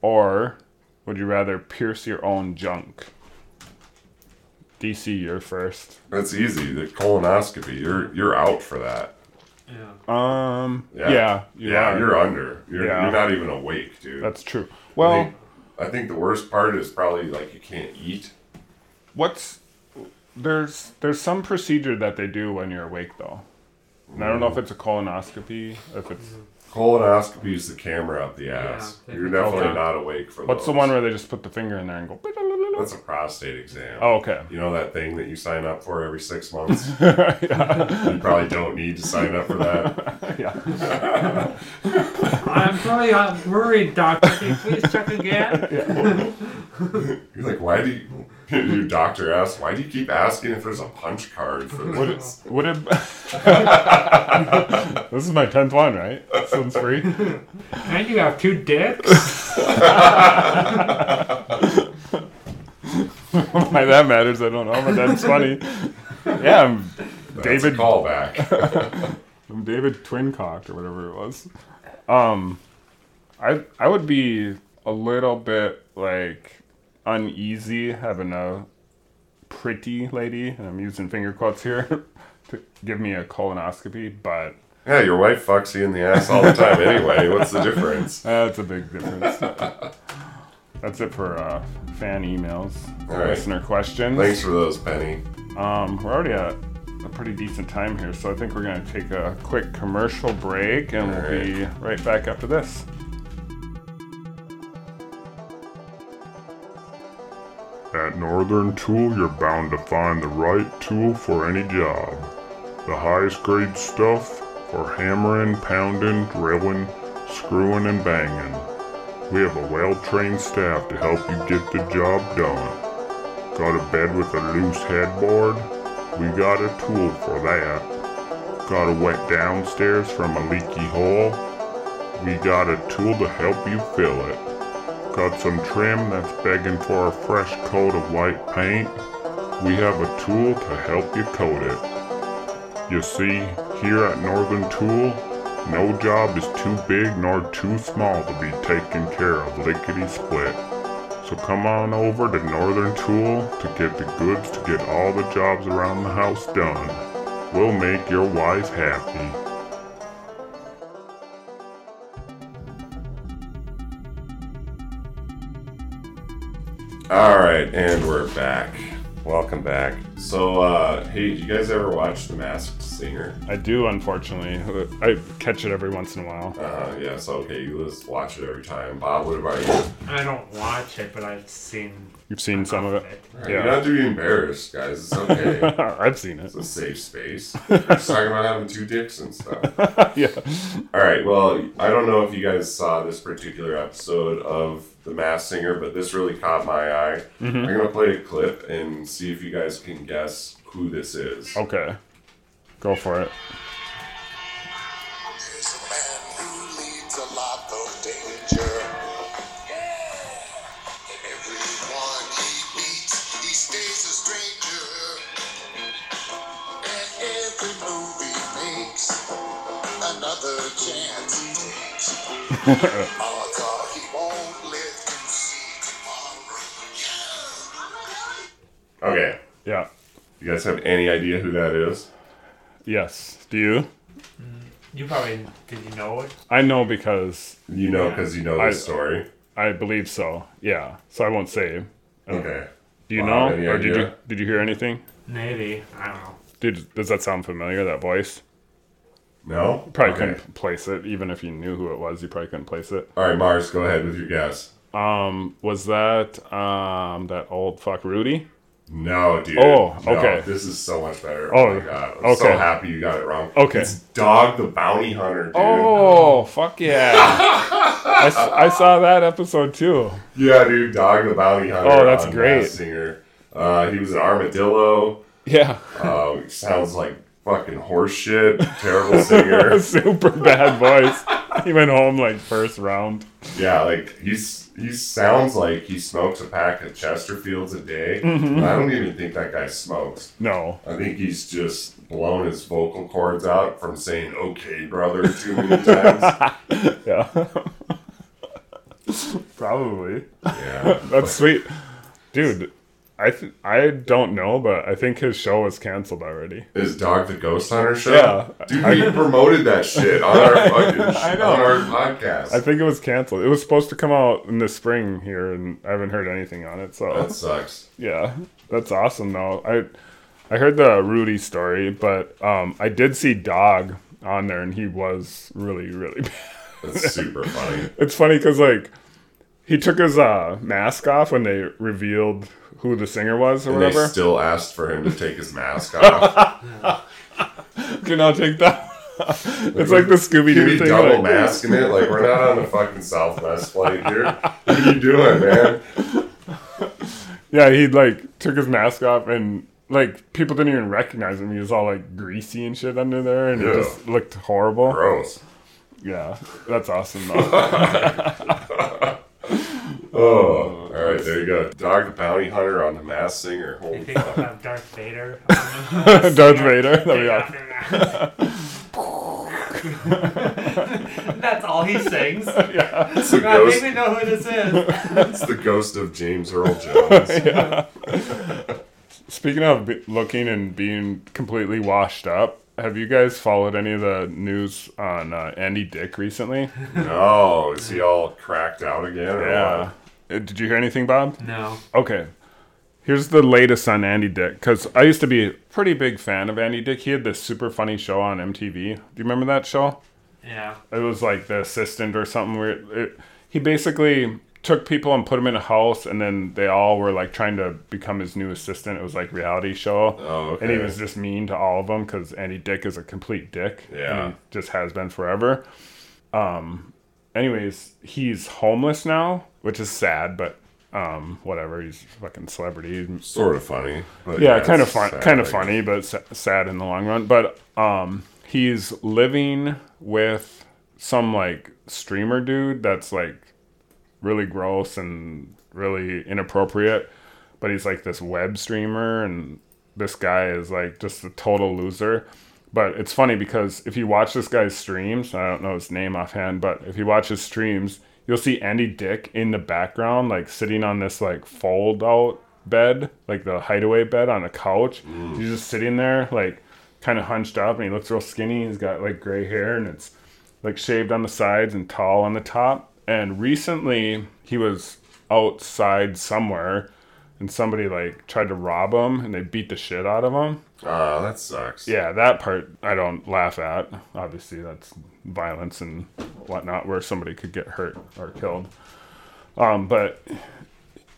S2: or would you rather pierce your own junk? DC, you're first.
S1: That's easy. The colonoscopy. You're you're out for that.
S3: Yeah.
S2: Um, yeah,
S1: Yeah.
S2: you
S1: yeah,
S2: are.
S1: you're under. You're,
S2: Yeah.
S1: you're not even awake, dude.
S2: That's true.
S1: I
S2: Well,
S1: think, I think the worst part is probably like you can't eat.
S2: what's there's there's some procedure that they do when you're awake though. And I don't know
S1: Mm.
S2: if it's a colonoscopy, if it's
S1: Colonoscopy is the camera up the ass.
S3: they-
S1: you're definitely
S2: Okay.
S1: not awake for.
S2: what's the
S1: those.
S2: one where they just put the finger in there and go.
S1: That's a prostate exam.
S2: Oh, okay.
S1: You know that thing that you sign up for every six months? You probably don't need to sign up for that.
S2: yeah.
S3: I'm sorry, I'm worried, doctor. Can you please check again?
S1: You're like, why do you, your doctor asks, why do you keep asking if there's a punch card for
S2: Would
S1: this?
S2: it? Would it this is my tenth one, right? This one's free.
S3: And you have two dicks.
S2: Why that matters, I don't know, but that's funny. Yeah, I'm
S1: That's
S2: David
S1: a callback.
S2: I'm David Twincock or whatever it was. Um, I I would be a little bit like uneasy having a pretty lady, and I'm using finger quotes here, to give me a colonoscopy, but
S1: yeah, your wife fucks you in the ass all the time anyway. What's the difference?
S2: that's a big difference. that's it for uh, fan emails,
S1: All right.
S2: listener questions.
S1: Thanks for those, Penny.
S2: Um, we're already at a pretty decent time here, so I think we're gonna take a quick commercial break, and we'll be right back after this.
S6: At Northern Tool, you're bound to find the right tool for any job. The highest grade stuff for hammering, pounding, drilling, screwing, and banging. We have a well trained staff to help you get the job done. Got a bed with a loose headboard? We got a tool for that. Got a wet downstairs from a leaky hole? We got a tool to help you fill it. Got some trim that's begging for a fresh coat of white paint? We have a tool to help you coat it. You see, here at Northern Tool, no job is too big nor too small to be taken care of lickety split. So come on over to Northern Tool to get the goods to get all the jobs around the house done. We'll make your wife happy.
S1: All right, and we're back. Welcome back. So, uh, hey, did you guys ever watch The Masked Singer?
S2: I do, unfortunately. I catch it every once in a while.
S1: Uh, yeah, so okay, you just watch it every time. Bob, what about you?
S3: I don't watch it, but I've seen
S2: You've seen some of it.
S3: it.
S1: You're
S2: Yeah.
S1: not to be embarrassed, guys. It's okay.
S2: I've seen it.
S1: It's a safe space. We're just talking about having two dicks and stuff.
S2: yeah.
S1: All right. Well, I don't know if you guys saw this particular episode of The Mass Singer, but this really caught my eye.
S2: Mm-hmm.
S1: I'm gonna play a clip and see if you guys can guess who this is.
S2: Okay. Go for it.
S7: There's a man who leads a life of danger. Everyone he meets, he stays a stranger. And every move he makes, another chance he takes. Odds are he won't live to see tomorrow.
S1: Okay.
S2: Yeah.
S1: You guys have any idea who that is?
S2: Yes. Do you?
S3: You probably did you know it?
S2: I know because
S1: You know, because you know the
S2: I-
S1: story.
S2: I believe so. Yeah. So I won't say.
S1: Okay.
S2: Do you
S1: Wow,
S2: know,
S1: any
S2: or did you
S1: idea?
S2: did you hear anything?
S3: Maybe. I don't know.
S2: Did does that sound familiar? That voice?
S1: No.
S2: Probably
S1: Okay.
S2: couldn't place it. Even if you knew who it was, you probably couldn't place it.
S1: All right, Mars, go ahead with your guess.
S2: Um, was that um that old fuck Rudy?
S1: No, dude.
S2: Oh,
S1: No,
S2: okay.
S1: this is so much better.
S2: Oh,
S1: Oh, my god. I'm so
S2: okay.
S1: happy you got it wrong.
S2: Okay.
S1: It's Dog the Bounty Hunter, dude.
S2: Oh fuck yeah! I, s- I saw that episode too.
S1: Yeah, dude. Dog the Bounty Hunter.
S2: Oh, that's
S1: on
S2: great.
S1: Masked Singer. Uh, he was an armadillo.
S2: Yeah,
S1: Uh, sounds like fucking horseshit. Terrible singer.
S2: super bad voice. He went home like first round.
S1: Yeah, like he's he sounds like he smokes a pack of Chesterfields a day.
S2: Mm-hmm.
S1: I don't even think that guy smokes.
S2: No,
S1: I think he's just blown his vocal cords out from saying "Okay, brother" too many times.
S2: yeah, probably.
S1: yeah,
S2: That's sweet, dude. I th- I don't know, but I think his show was canceled already.
S1: is Dog the Ghost Hunter show?
S2: Yeah.
S1: dude, we promoted that shit on our fucking
S2: I know.
S1: on our podcast.
S2: I think it was canceled. It was supposed to come out in the spring here, and I haven't heard anything on it. So
S1: that sucks.
S2: Yeah, that's awesome though. I I heard the Rudy story, but um, I did see Dog on there, and he was really really. Bad.
S1: That's super funny.
S2: It's funny because like he took his uh, mask off when they revealed who the singer was or
S1: And they
S2: whatever.
S1: still asked for him to take his mask off.
S2: Do not take that. it's like the Scooby
S1: You be
S2: Doo thing.
S1: double
S2: like-
S1: masking it. Like we're not on the fucking Southwest flight here. What are you doing, man?
S2: yeah, he like took his mask off and. Like people didn't even recognize him. He was all like greasy and shit under there, and
S1: Yeah.
S2: it just looked horrible.
S1: Gross.
S2: Yeah, that's awesome though.
S1: Oh, all right, there you go. Dog the bounty hunter on the mass singer.
S3: I
S1: Holy
S3: think we'll have Darth Vader.
S2: Darth Vader. That'd be awesome.
S3: That's all he sings.
S1: it's, the
S3: I think
S1: ghost,
S3: we know who this is.
S1: it's the ghost of James Earl Jones.
S2: Speaking of be- looking and being completely washed up, have you guys followed any of the news on uh, Andy Dick recently?
S1: No, is he all cracked out again? or
S2: Yeah. Uh, Did you hear anything, Bob?
S3: No.
S2: Okay. Here's the latest on Andy Dick because I used to be a pretty big fan of Andy Dick. He had this super funny show on MTV. Do you remember that show?
S3: Yeah.
S2: it was like the assistant or something where it, it- he basically took people and put them in a house and then they all were like trying to become his new assistant it was like reality show
S1: Oh, okay.
S2: and he was just mean to all of them because andy dick is a complete dick
S1: Yeah.
S2: and he just has been forever um anyways he's homeless now which is sad but um whatever he's a fucking celebrity
S1: what? Sort of funny. But
S2: yeah, kind of
S1: it's
S2: fun,
S1: sad,
S2: kind of
S1: I
S2: funny, but sa- sad in the long run. But um, he's living with some like streamer dude that's like really gross and really inappropriate. But he's like this web streamer, and this guy is like just a total loser. But it's funny because if you watch this guy's streams, I don't know his name offhand, but if you watch his streams, you'll see Andy Dick in the background, like sitting on this like fold out bed, like the hideaway bed on a couch. He's just sitting there, like kind of hunched up, and he looks real skinny. He's got like gray hair, and it's like shaved on the sides and tall on the top. And recently he was outside somewhere and somebody like tried to rob him and they beat the shit out of him.
S1: guess. Ah, that sucks.
S2: Yeah, that part I don't laugh at. Obviously, that's violence and whatnot where somebody could get hurt or killed. Um, but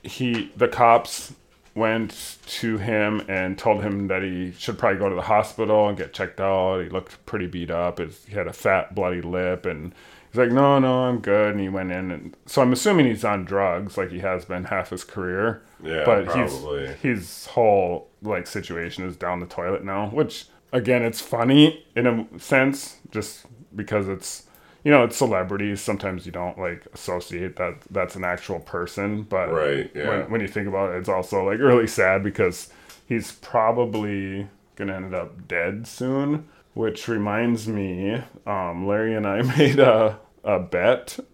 S2: he, the cops went to him and told him that he should probably go to the hospital and get checked out. He looked pretty beat up. His, he had a fat, bloody lip, and he's like, "No, no, I'm good." And he went in, and so I'm assuming he's on drugs, like he has been half his career.
S1: Yeah,
S2: but
S1: probably.
S2: he's his whole like situation is down the toilet now, which again, it's funny in a sense, just because it's you know it's celebrities. Sometimes you don't like associate that that's an actual person, but
S1: Right, yeah.
S2: when, when you think about it, it's also like really sad because he's probably gonna end up dead soon. Which reminds me, um, Larry and I made a a bet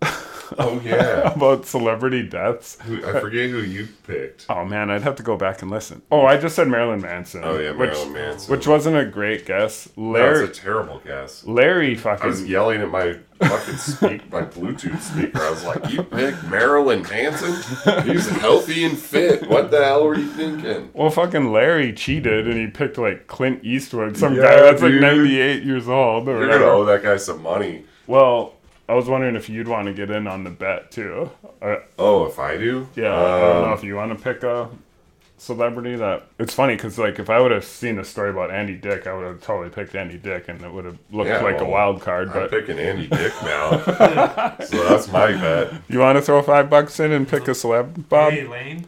S1: Oh yeah.
S2: about celebrity deaths.
S1: Who- I forget who you picked.
S2: Oh man, I'd have to go back and listen. Oh, I just said Marilyn Manson.
S1: Oh yeah,
S2: which,
S1: Marilyn Manson.
S2: which wasn't a great guess.
S1: That's
S2: Larry,
S1: a terrible guess.
S2: Larry
S1: I was
S2: fucking.
S1: yelling at my fucking speak, my Bluetooth speaker. I was like, "You picked Marilyn Manson? He's healthy and fit. What the hell were you thinking?"
S2: Well, fucking Larry cheated and he picked like Clint Eastwood, some
S1: Yeah,
S2: guy that's
S1: dude.
S2: like 98 years old. Or
S1: You're gonna
S2: whatever.
S1: owe that guy some money.
S2: Well, I was wondering if you'd want to get in on the bet too. Uh,
S1: Oh, if I do, Um,
S2: yeah, I don't know if you want to pick a celebrity that. It's funny because like if I would have seen a story about Andy Dick, I would have totally picked Andy Dick, and it would have looked
S1: Yeah,
S2: like a
S1: well,
S2: wild card.
S1: I'm
S2: But
S1: picking Andy Dick now, so that's my bet.
S2: you want to throw five bucks in and pick a celeb, Bob?
S3: Artie Lane?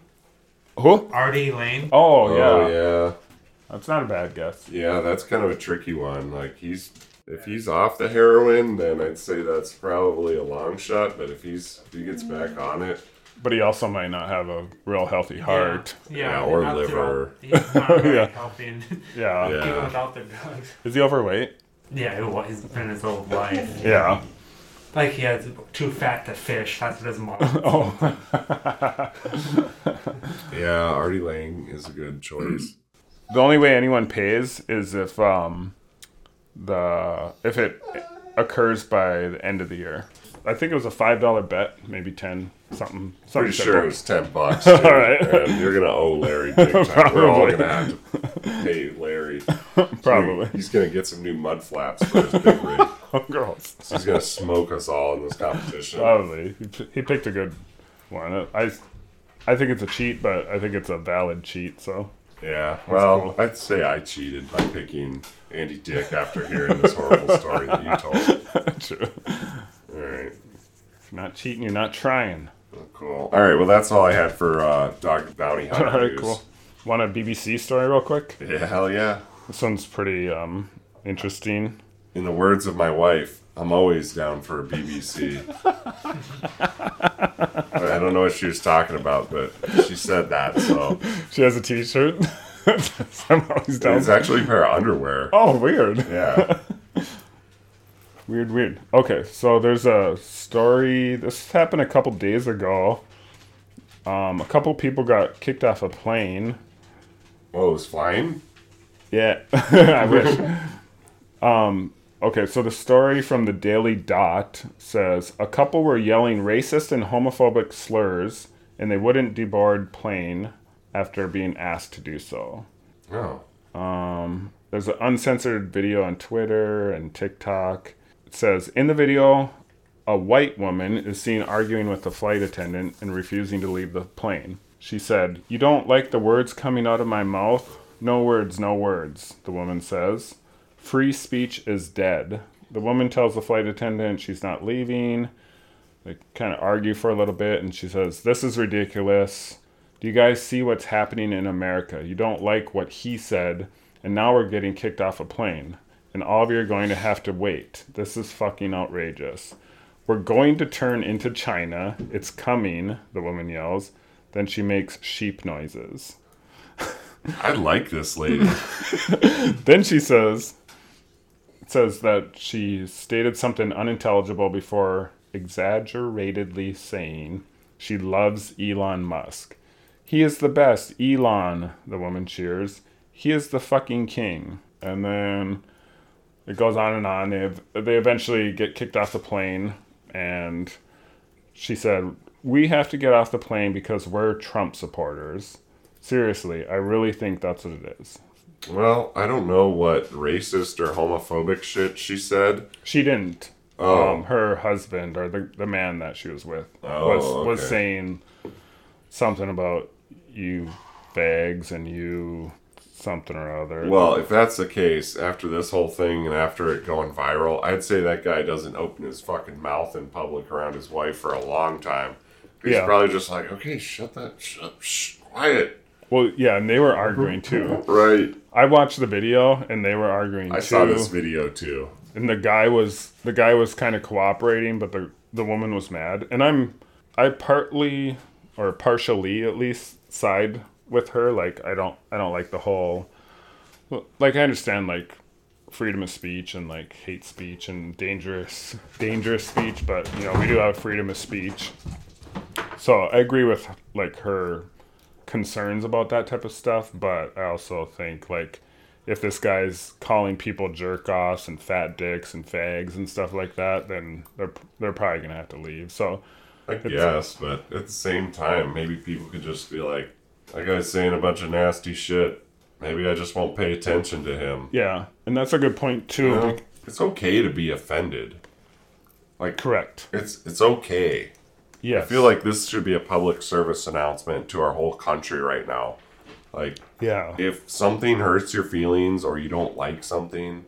S2: Um, Who?
S3: Artie Lane?
S2: Oh, yeah.
S1: Oh yeah,
S2: that's not a bad guess.
S1: yeah. That's kind of a tricky one. Like he's if he's off the heroin, then I'd say that's probably a long shot. But if he's if he gets back on it,
S2: But he also might not have a real healthy heart.
S3: Yeah,
S1: Yeah, or
S3: not too
S1: liver.
S3: healthy. He's not very
S2: Yeah.
S3: healthy. Even
S2: Yeah.
S1: Yeah.
S3: without the drugs.
S2: Is he overweight?
S3: Yeah, it was, he's been his whole life.
S2: Yeah.
S3: Like he has too fat to fish. That's what his mom.
S2: Oh.
S1: yeah, Artie Lang is a good choice.
S2: the only way anyone pays is if um the if it occurs by the end of the year. I think it was a five dollar bet, maybe ten, something. something
S1: Pretty sure it
S2: simple.
S1: was ten bucks. All
S2: right.
S1: and you're gonna owe Larry big time. We're all
S2: Probably.
S1: gonna have to pay Larry.
S2: probably.
S1: He's gonna get some new mud flaps for his big rig.
S2: Oh, girls.
S1: So he's gonna smoke us all in this competition.
S2: Probably. He, p- he picked a good one. I, I think it's a cheat, but I think it's a valid cheat. So
S1: yeah. Well, I'd say I cheated by picking Andy Dick after hearing this horrible story that you told.
S2: true.
S1: All right.
S2: If you're not cheating, you're not trying.
S1: Well, Cool. All right. Well, that's all I had for uh, Dog Bounty
S2: All
S1: Hunter.
S2: right,
S1: news.
S2: cool. Want a BBC story real quick?
S1: Yeah. Hell yeah.
S2: This one's pretty um interesting.
S1: In the words of my wife, I'm always down for a BBC. I don't know what she was talking about, but she said that. So
S2: She has a T-shirt. I'm always down.
S1: it's actually a pair of underwear.
S2: Oh, weird.
S1: Yeah.
S2: Weird, weird. Okay, so there's a story. This happened a couple days ago. Um, a couple people got kicked off a plane.
S1: Whoa, it was flying?
S2: Yeah, I wish. um, okay, so the story from the Daily Dot says a couple were yelling racist and homophobic slurs, and they wouldn't deboard plane after being asked to do so.
S1: Oh.
S2: There's an uncensored video on Twitter and TikTok. It says in the video, a white woman is seen arguing with the flight attendant and refusing to leave the plane. She said, You don't like the words coming out of my mouth? No words, no words, the woman says. Free speech is dead. The woman tells the flight attendant she's not leaving. They kind of argue for a little bit, and she says, This is ridiculous. Do you guys see what's happening in America? You don't like what he said, and now we're getting kicked off a plane. And all of you are going to have to wait. This is fucking outrageous. We're going to turn into China. It's coming, the woman yells. Then she makes sheep noises.
S1: I like this lady.
S2: Then she says says that she stated something unintelligible before exaggeratedly saying she loves Elon Musk. He is the best, Elon, the woman cheers. He is the fucking king. And then it goes on and on. They they eventually get kicked off the plane and she said, "We have to get off the plane because we're Trump supporters." Seriously, I really think that's what it is.
S1: well, I don't know what racist or homophobic shit she said.
S2: She didn't.
S1: Oh.
S2: Um, her husband or the, the man that she was with
S1: Oh,
S2: was was
S1: okay.
S2: saying something about you fags and you something or other.
S1: Well, if that's the case, after this whole thing and after it going viral, I'd say that guy doesn't open his fucking mouth in public around his wife for a long time. He's
S2: Yeah.
S1: probably just like, okay, shut that, shut, shh, quiet.
S2: well, yeah, and they were arguing too.
S1: Right.
S2: I watched the video and they were arguing
S1: I
S2: too.
S1: saw this video too.
S2: and the guy was the guy was kind of cooperating but the the woman was mad and i'm i partly or partially at least side with her like i don't i don't like the whole like i understand like freedom of speech and like hate speech and dangerous dangerous speech, but you know we do have freedom of speech. So I agree with like her concerns about that type of stuff, but I also think like if this guy's calling people jerk offs and fat dicks and fags and stuff like that, then they're they're probably gonna have to leave. So
S1: I guess, but at the same time, maybe people could just be like, that guy's saying a bunch of nasty shit. Maybe I just won't pay attention to him.
S2: yeah, and that's a good point too.
S1: You know, It's okay to be offended. Like
S2: Correct.
S1: It's it's okay.
S2: Yeah.
S1: I feel like this should be a public service announcement to our whole country right now. Like
S2: yeah.
S1: if something hurts your feelings or you don't like something,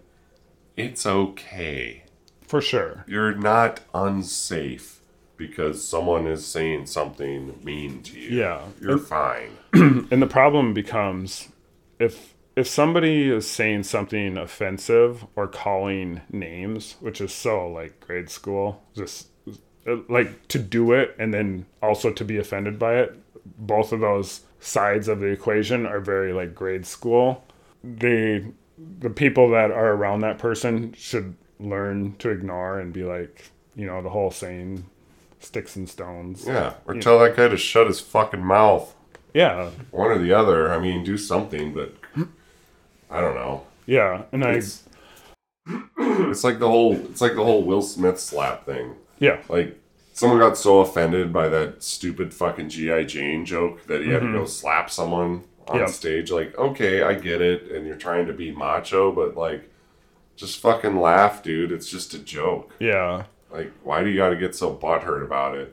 S1: it's okay.
S2: For sure.
S1: You're not unsafe because someone is saying something mean to you.
S2: Yeah.
S1: You're fine.
S2: And the problem becomes if if somebody is saying something offensive or calling names, which is so like grade school, just uh, like to do it and then also to be offended by it, both of those sides of the equation are very like grade school. They the people that are around that person should learn to ignore and be like, you know, the whole saying sticks and stones.
S1: Yeah. Or tell that guy to shut his fucking mouth.
S2: Yeah.
S1: One or the other. I mean, do something, but I don't know.
S2: Yeah. And I
S1: It's, it's like the whole it's like the whole Will Smith slap thing.
S2: yeah.
S1: Like someone got so offended by that stupid fucking GI Jane joke that he had to go slap someone on
S2: Yeah.
S1: stage. Like, okay, I get it, and you're trying to be macho, but like, just fucking laugh, dude. It's just a joke.
S2: Yeah.
S1: Like, why do you got to get so butthurt about it?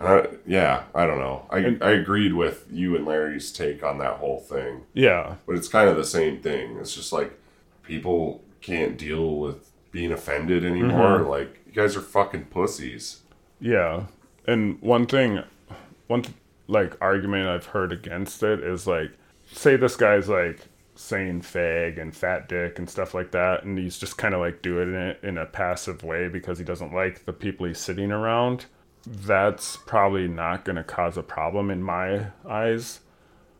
S1: Uh, yeah, I don't know. I I agreed with you and Larry's take on that whole thing
S2: Yeah.
S1: but it's kind of the same thing. It's just like people can't deal with being offended anymore. Like you guys are fucking pussies.
S2: Yeah, and one thing, one th- like argument I've heard against it is like, say this guy's like saying fag and fat dick and stuff like that, and he's just kind of like doing it in a passive way because he doesn't like the people he's sitting around. That's probably not going to cause a problem in my eyes.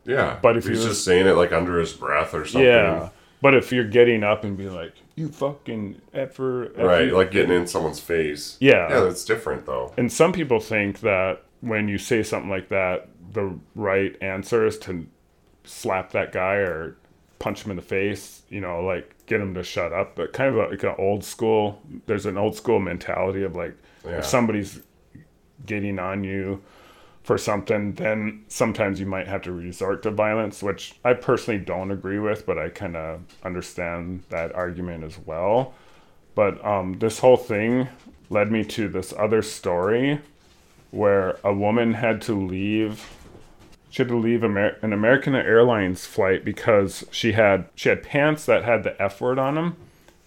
S1: Yeah,
S2: But if
S1: he's
S2: he was-
S1: just saying it like under his breath or something,
S2: Yeah. But if you're getting up and being like, you fucking effer, effer
S1: right? Like getting in someone's face.
S2: Yeah.
S1: yeah, that's different though.
S2: And some people think that when you say something like that, the right answer is to slap that guy or punch him in the face, you know, like get him to shut up. But kind of like an old school, there's an old school mentality of like,
S1: Yeah.
S2: if somebody's getting on you for something, then sometimes you might have to resort to violence, which I personally don't agree with, but I kind of understand that argument as well. But um, this whole thing led me to this other story where a woman had to leave. She had to leave Amer- an American Airlines flight because she had she had pants that had the F word on them,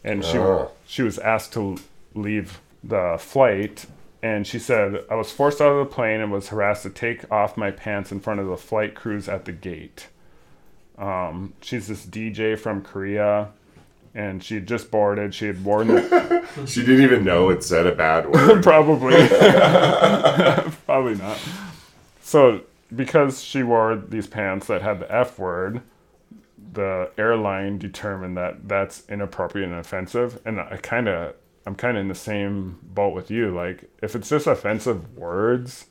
S2: and she
S1: Oh.
S2: she was asked to leave the flight. And she said, "I was forced out of the plane and was harassed to take off my pants in front of the flight crews at the gate." Um, she's this DJ from Korea, and she had just boarded. She had worn the
S1: She didn't even know it said a bad word.
S2: probably probably not so because she wore these pants that had the f word the airline determined that that's inappropriate and offensive and i kind of i'm kind of in the same boat with you like if it's just offensive words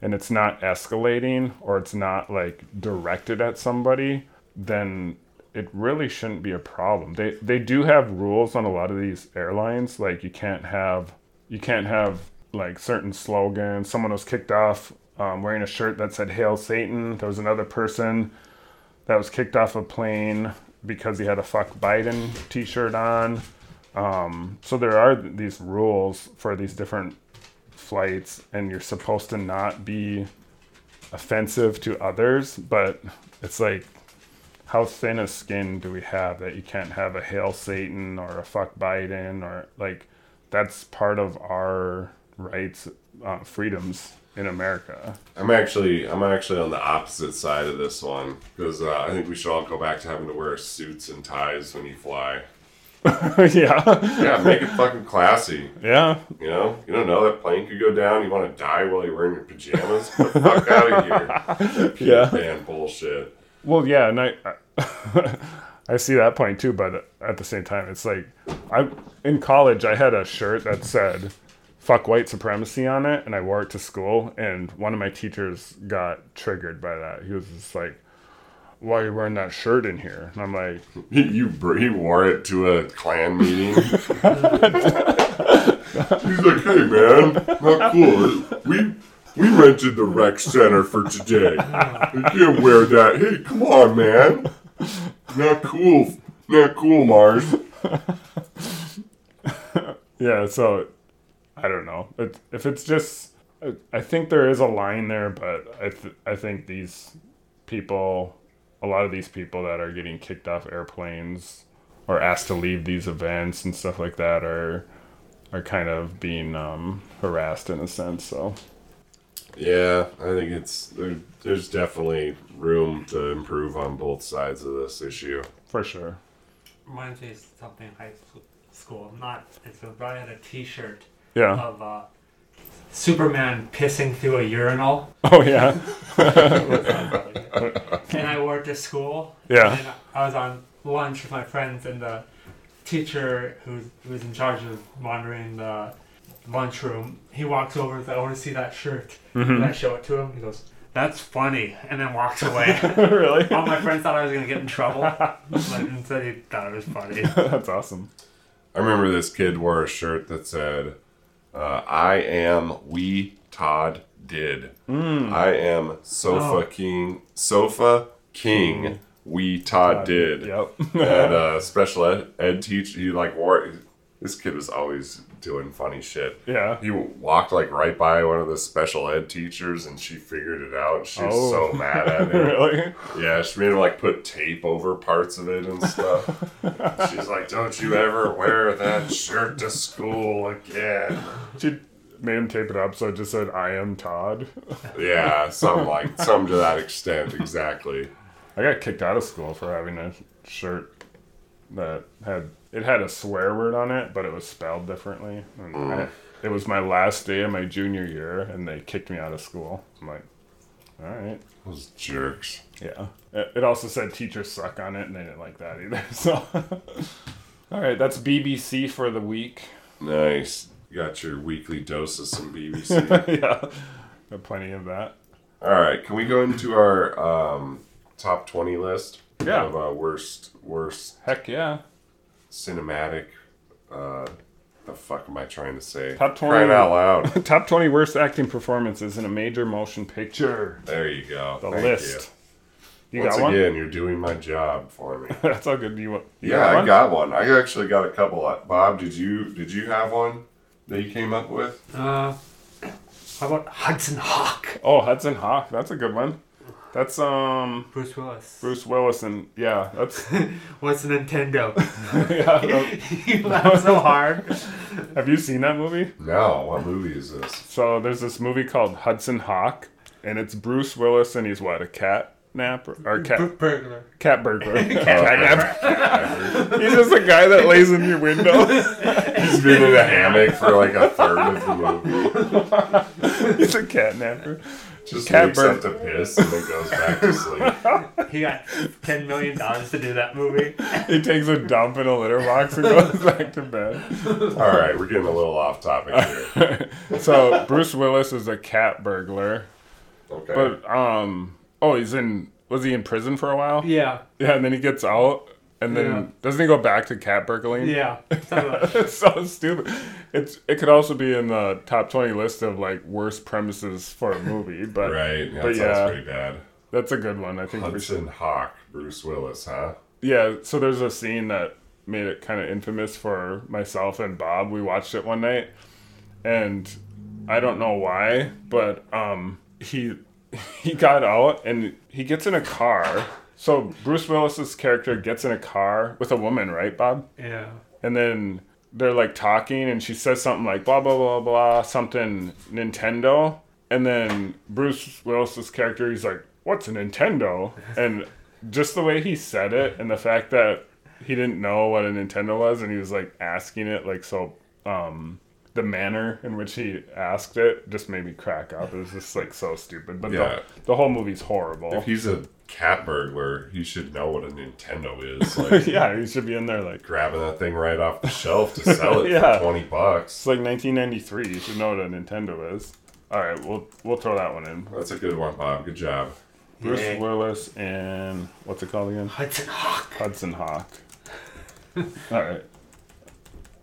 S2: and it's not escalating or it's not like directed at somebody then it really shouldn't be a problem they they do have rules on a lot of these airlines like you can't have you can't have like certain slogans someone was kicked off um, wearing a shirt that said hail satan there was another person that was kicked off a plane because he had a fuck Biden t-shirt on. Um, so there are th- these rules for these different flights, and you're supposed to not be offensive to others. But it's like, how thin a skin do we have that you can't have a hail Satan or a fuck Biden or like that's part of our rights, uh, freedoms in America.
S1: I'm actually I'm actually on the opposite side of this one because uh, I think we should all go back to having to wear suits and ties when you fly.
S2: yeah,
S1: Yeah, make it fucking classy.
S2: yeah,
S1: You know, you don't know that plane could go down. You want to die while you're wearing your pajamas? Get the fuck out of here.
S2: yeah.
S1: Man, bullshit.
S2: Well, yeah, and I, I see that point too, but at the same time, it's like I in college I had a shirt that said "fuck white supremacy" on it, and I wore it to school, and one of my teachers got triggered by that. He was just like, "Why are you wearing that shirt in here?" And I'm like,
S1: You br- he wore it to a clan meeting. He's like, "Hey man, not cool. We we rented the rec center for today. You can't wear that. Hey, come on, man. Not cool. Not cool, Mars.
S2: Yeah, so I don't know. It, if it's just, I- I think there is a line there, but I th- I think these people, a lot of these people that are getting kicked off airplanes or asked to leave these events and stuff like that are are kind of being um, harassed in a sense. So
S1: Yeah, I think it's there, there's definitely room to improve on both sides of this issue.
S2: for sure,
S3: Reminds me of something in high s- school. Not, it's probably had a T-shirt
S2: yeah.
S3: of uh, Superman pissing through a urinal.
S2: Oh yeah,
S3: and I wore it to school.
S2: Yeah.
S3: And I was on lunch with my friends, and the teacher who who was in charge of monitoring the lunchroom, he walks over and says, I want to see that shirt. And I show it to him. He goes, That's funny. And then walks away.
S2: really?
S3: All my friends thought I was going to get in trouble. But instead, he thought it was funny.
S2: That's awesome.
S1: I remember this kid wore a shirt that said, uh, "I am we Todd did.
S2: Hmm.
S1: I am
S2: Oh.
S1: sofa king, sofa king. We Todd did."
S2: Yep.
S1: and uh, special ed, ed teacher, he like wore. This kid was always doing funny shit.
S2: yeah.
S1: He walked like right by one of the special ed teachers, and she figured it out. She was
S2: Oh.
S1: so mad at him.
S2: Really?
S1: Yeah, she made him like put tape over parts of it and stuff. She's like, "Don't you ever wear that shirt to school again?"
S2: She made him tape it up, so it just said, "I am Todd."
S1: Yeah, some like some to that extent, exactly.
S2: I got kicked out of school for having a shirt that had it had a swear word on it, but it was spelled differently. And
S1: Mm.
S2: I- it was my last day of my junior year, and they kicked me out of school. I'm like, all right,
S1: Those jerks.
S2: yeah. It, it also said "teachers suck" on it, and they didn't like that either. So, all right, that's BBC for the week.
S1: Nice. You got your weekly dose of some BBC.
S2: yeah, got plenty of that.
S1: All right, can we go into our um, top twenty list?
S2: Yeah.
S1: Of uh, worst worst
S2: Heck yeah.
S1: cinematic. Uh, the fuck am I trying to say?
S2: Top 20.
S1: Crying out loud.
S2: Top 20 worst acting performances in a major motion picture.
S1: There you go.
S2: The
S1: Thank
S2: list. You,
S1: Once
S2: got one?
S1: again, you're doing my job for me.
S2: That's how good you want. you
S1: yeah, I
S2: one?
S1: got one. I actually got a couple. Uh, Bob, did you did you have one that you came up with?
S3: Uh, how about Hudson Hawk?
S2: Oh, Hudson Hawk. That's a good one. That's um
S3: Bruce Willis.
S2: Bruce Willis and yeah, that's
S3: What's Nintendo?
S2: yeah. that-
S3: he laughed so hard.
S2: Have you seen that movie?
S1: No. What movie is this?
S2: So there's this movie called Hudson Hawk, and it's Bruce Willis and he's what a cat napper or
S3: Bur-
S2: cat
S3: burglar.
S2: cat burglar.
S1: Oh.
S2: cat napper. he's just a guy that lays in your window.
S1: He's been in a hammock for like a third of the movie.
S2: he's a cat napper.
S1: Just
S2: Cat
S1: wakes
S2: bird.
S1: up to piss and then goes back to sleep.
S3: He got ten million dollars to do that movie.
S2: He takes a dump in a litter box and goes back to bed.
S1: All right, we're getting a little off topic here.
S2: So Bruce Willis is a cat burglar.
S1: Okay.
S2: But um, oh, he's in. Was he in prison for a while?
S3: Yeah,
S2: Yeah, and then he gets out, and then
S3: Yeah.
S2: doesn't he go back to cat burgling?
S3: yeah. Something like that.
S2: it's so stupid. It's it could also be in the top twenty list of like worst premises for a movie, but
S1: right. Yeah,
S2: but
S1: that sounds
S2: yeah,
S1: pretty bad.
S2: that's a good one. I think we should.
S1: Hudson Hawk, Bruce Willis, huh?
S2: Yeah, so there's a scene that made it kind of infamous for myself and Bob. We watched it one night, and I don't know why, but um, he he got out and he gets in a car. So Bruce Willis's character gets in a car with a woman, right, Bob?
S3: Yeah.
S2: and then they're like talking and she says something like blah blah blah blah something Nintendo and then Bruce Willis's character he's like what's a Nintendo and just the way he said it and the fact that he didn't know what a Nintendo was and he was like asking it like so um the manner in which he asked it just made me crack up. It was just like so stupid. But
S1: Yeah.
S2: the, the whole movie's horrible.
S1: If he's a cat burglar, he should know what a Nintendo is. Like
S2: yeah, he should be in there like
S1: grabbing that thing right off the shelf to sell it
S2: Yeah.
S1: for twenty
S2: it's
S1: bucks.
S2: like 1993. You should know what a Nintendo is. All right, we'll we'll throw that one in.
S1: That's a good one, Bob. Good job.
S2: Bruce
S3: Yay.
S2: Willis and what's it called again?
S3: Hudson Hawk.
S2: Hudson Hawk. All right,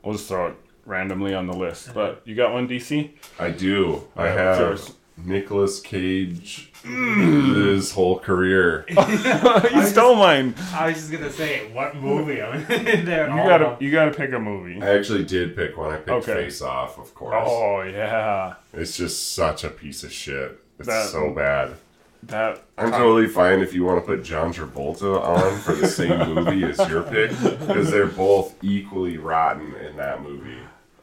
S2: we'll just throw it randomly on the list. But you got one, DC?
S1: I do. I
S2: Yeah,
S1: have
S2: yours.
S1: Nicolas Cage
S2: Mm.
S1: his whole career.
S2: you stole mine.
S3: I was just gonna say, what movie? I mean, they're
S2: You
S3: all-
S2: gotta you gotta pick a movie.
S1: I actually did pick one. I picked
S2: Okay.
S1: Face Off, of course.
S2: Oh yeah,
S1: It's just such a piece of shit. It's
S2: That-
S1: so bad.
S2: that
S1: I'm totally fine if you want to put John Travolta on for the same movie as your pick, because they're both equally rotten in that movie.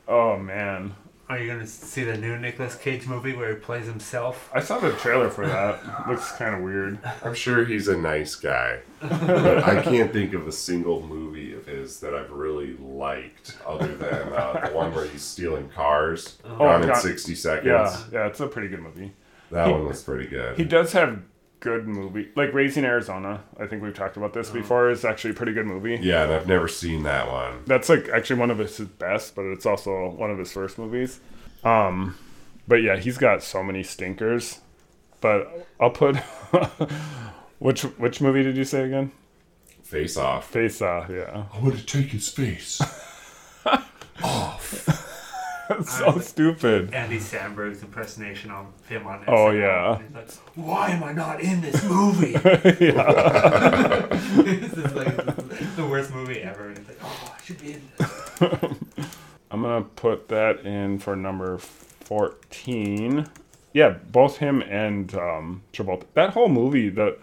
S2: Oh man,
S3: Are you gonna see the new Nicolas Cage movie where he plays himself?
S2: I saw the trailer for that. Looks kind of weird.
S1: I'm sure he's a nice guy, but I can't think of a single movie of his that I've really liked other than uh, the one where he's stealing cars gone in
S2: Oh, God.
S1: 60 seconds.
S2: Yeah, yeah, it's a pretty good movie.
S1: That one was pretty good.
S2: He does have good movie, like Raising Arizona. I think we've talked about this before. Is actually a pretty good movie.
S1: yeah, and I've never seen that one.
S2: That's like actually one of his best, but it's also one of his first movies. Um, but yeah, he's got so many stinkers. But I'll put which which movie did you say again?
S1: Face Off.
S2: Face Off. Yeah,
S1: I want to take his face.
S2: that's so stupid.
S3: Andy Samberg's impersonation of him on.
S2: Oh,
S3: SNL.
S2: yeah.
S3: He's like, Why am I not in this movie?
S2: yeah.
S3: this is like the worst movie ever. And it's like, oh, I should be in this.
S2: I'm gonna put that in for number fourteen. Yeah, both him and um, Travolta. That whole movie, that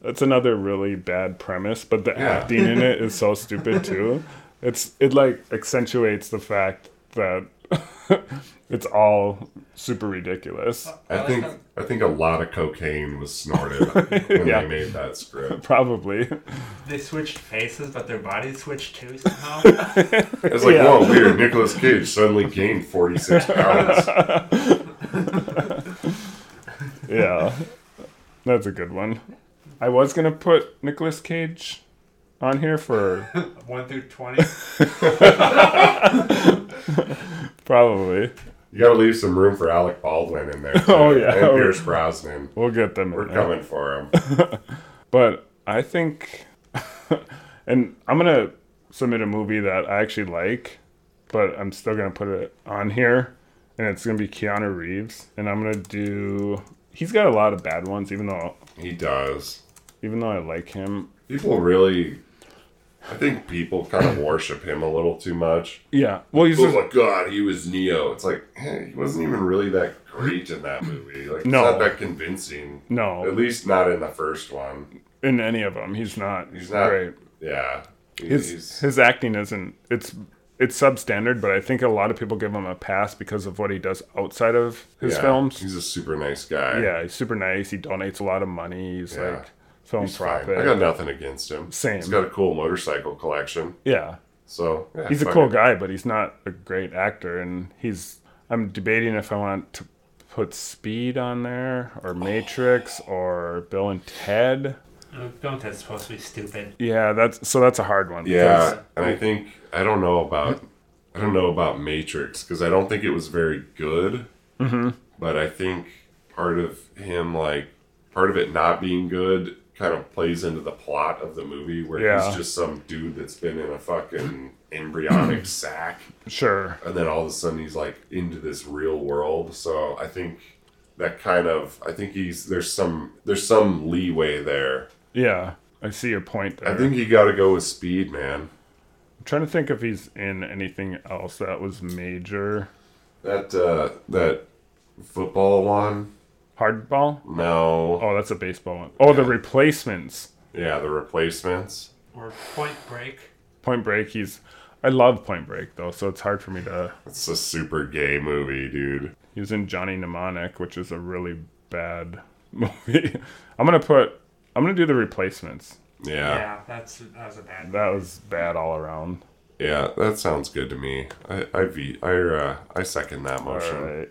S2: that's another really bad premise, but the acting in it is so stupid too. It's it like accentuates the fact that it's all super ridiculous.
S1: I think I think a lot of cocaine was snorted when
S2: Yeah.
S1: they made that script.
S2: Probably.
S3: They switched faces, but their bodies switched too somehow.
S1: It's like,
S2: Yeah.
S1: whoa, weird. Nicolas Cage suddenly gained 46 pounds.
S2: Yeah, that's a good one. I was gonna put Nicolas Cage on here for
S3: One through twenty.
S2: probably.
S1: You gotta leave some room for Alec Baldwin in there. too,
S2: Oh, yeah.
S1: and Pierce Brosnan.
S2: We'll get them. in
S1: We're
S2: there.
S1: coming for him.
S2: But I think, and I'm gonna submit a movie that I actually like, but I'm still gonna put it on here, and it's gonna be Keanu Reeves, and I'm gonna do. He's got a lot of bad ones, even though
S1: He does.
S2: even though I like him.
S1: People really, I think people kind of worship him a little too much.
S2: Yeah, well, he's
S1: Oh
S2: just,
S1: my God, he was Neo. It's like eh, he wasn't even really that great in that movie. Like,
S2: No.
S1: it's not that convincing. At
S2: no
S1: least not in the first one.
S2: in any of them. He's not.
S1: He's not.
S2: great.
S1: Yeah. He-
S2: His
S1: he's-
S2: his acting isn't. It's it's substandard, but I think a lot of people give him a pass because of what he does outside of his
S1: yeah,
S2: films.
S1: He's a super nice guy.
S2: yeah, he's super nice. He donates a lot of money. He's
S1: Yeah.
S2: like
S1: He's fine.
S2: philanthropic.
S1: I got nothing against him.
S2: Same.
S1: He's got a cool motorcycle collection.
S2: Yeah.
S1: So yeah,
S2: He's a
S1: fuck
S2: cool
S1: it.
S2: guy, but he's not a great actor and he's I'm debating if I want to put Speed on there
S1: Oh.
S2: or Matrix or Bill and Ted.
S3: Oh, Don't that's supposed to be stupid?
S2: Yeah, that's so that's a hard one. because-
S1: Yeah, and I think I don't know about I don't know about Matrix because I don't think it was very good. Mm-hmm. But I think part of him like part of it not being good kind of plays into the plot of the movie where
S2: Yeah.
S1: he's just some dude that's been in a fucking embryonic sack
S2: Sure.
S1: and then all of a sudden he's like into this real world so i think that kind of i think he's there's some there's some leeway there
S2: Yeah. I see your point there.
S1: i think you got to go with speed man
S2: I'm trying to think if he's in anything else that was major.
S1: that uh that football one
S2: Hardball?
S1: no
S2: Oh, that's a baseball one. Oh, the replacements.
S1: yeah the replacements
S3: Or Point Break?
S2: Point Break, he's I love Point Break though, so it's hard for me to
S1: it's a super gay movie dude
S2: He was in Johnny Mnemonic, which is a really bad movie. I'm gonna put. I'm gonna do the replacements.
S1: yeah,
S3: Yeah, that's that was a bad.
S2: That was bad all around.
S1: Yeah, that sounds good to me. I I ve- I, uh, I second that motion.
S2: Alright.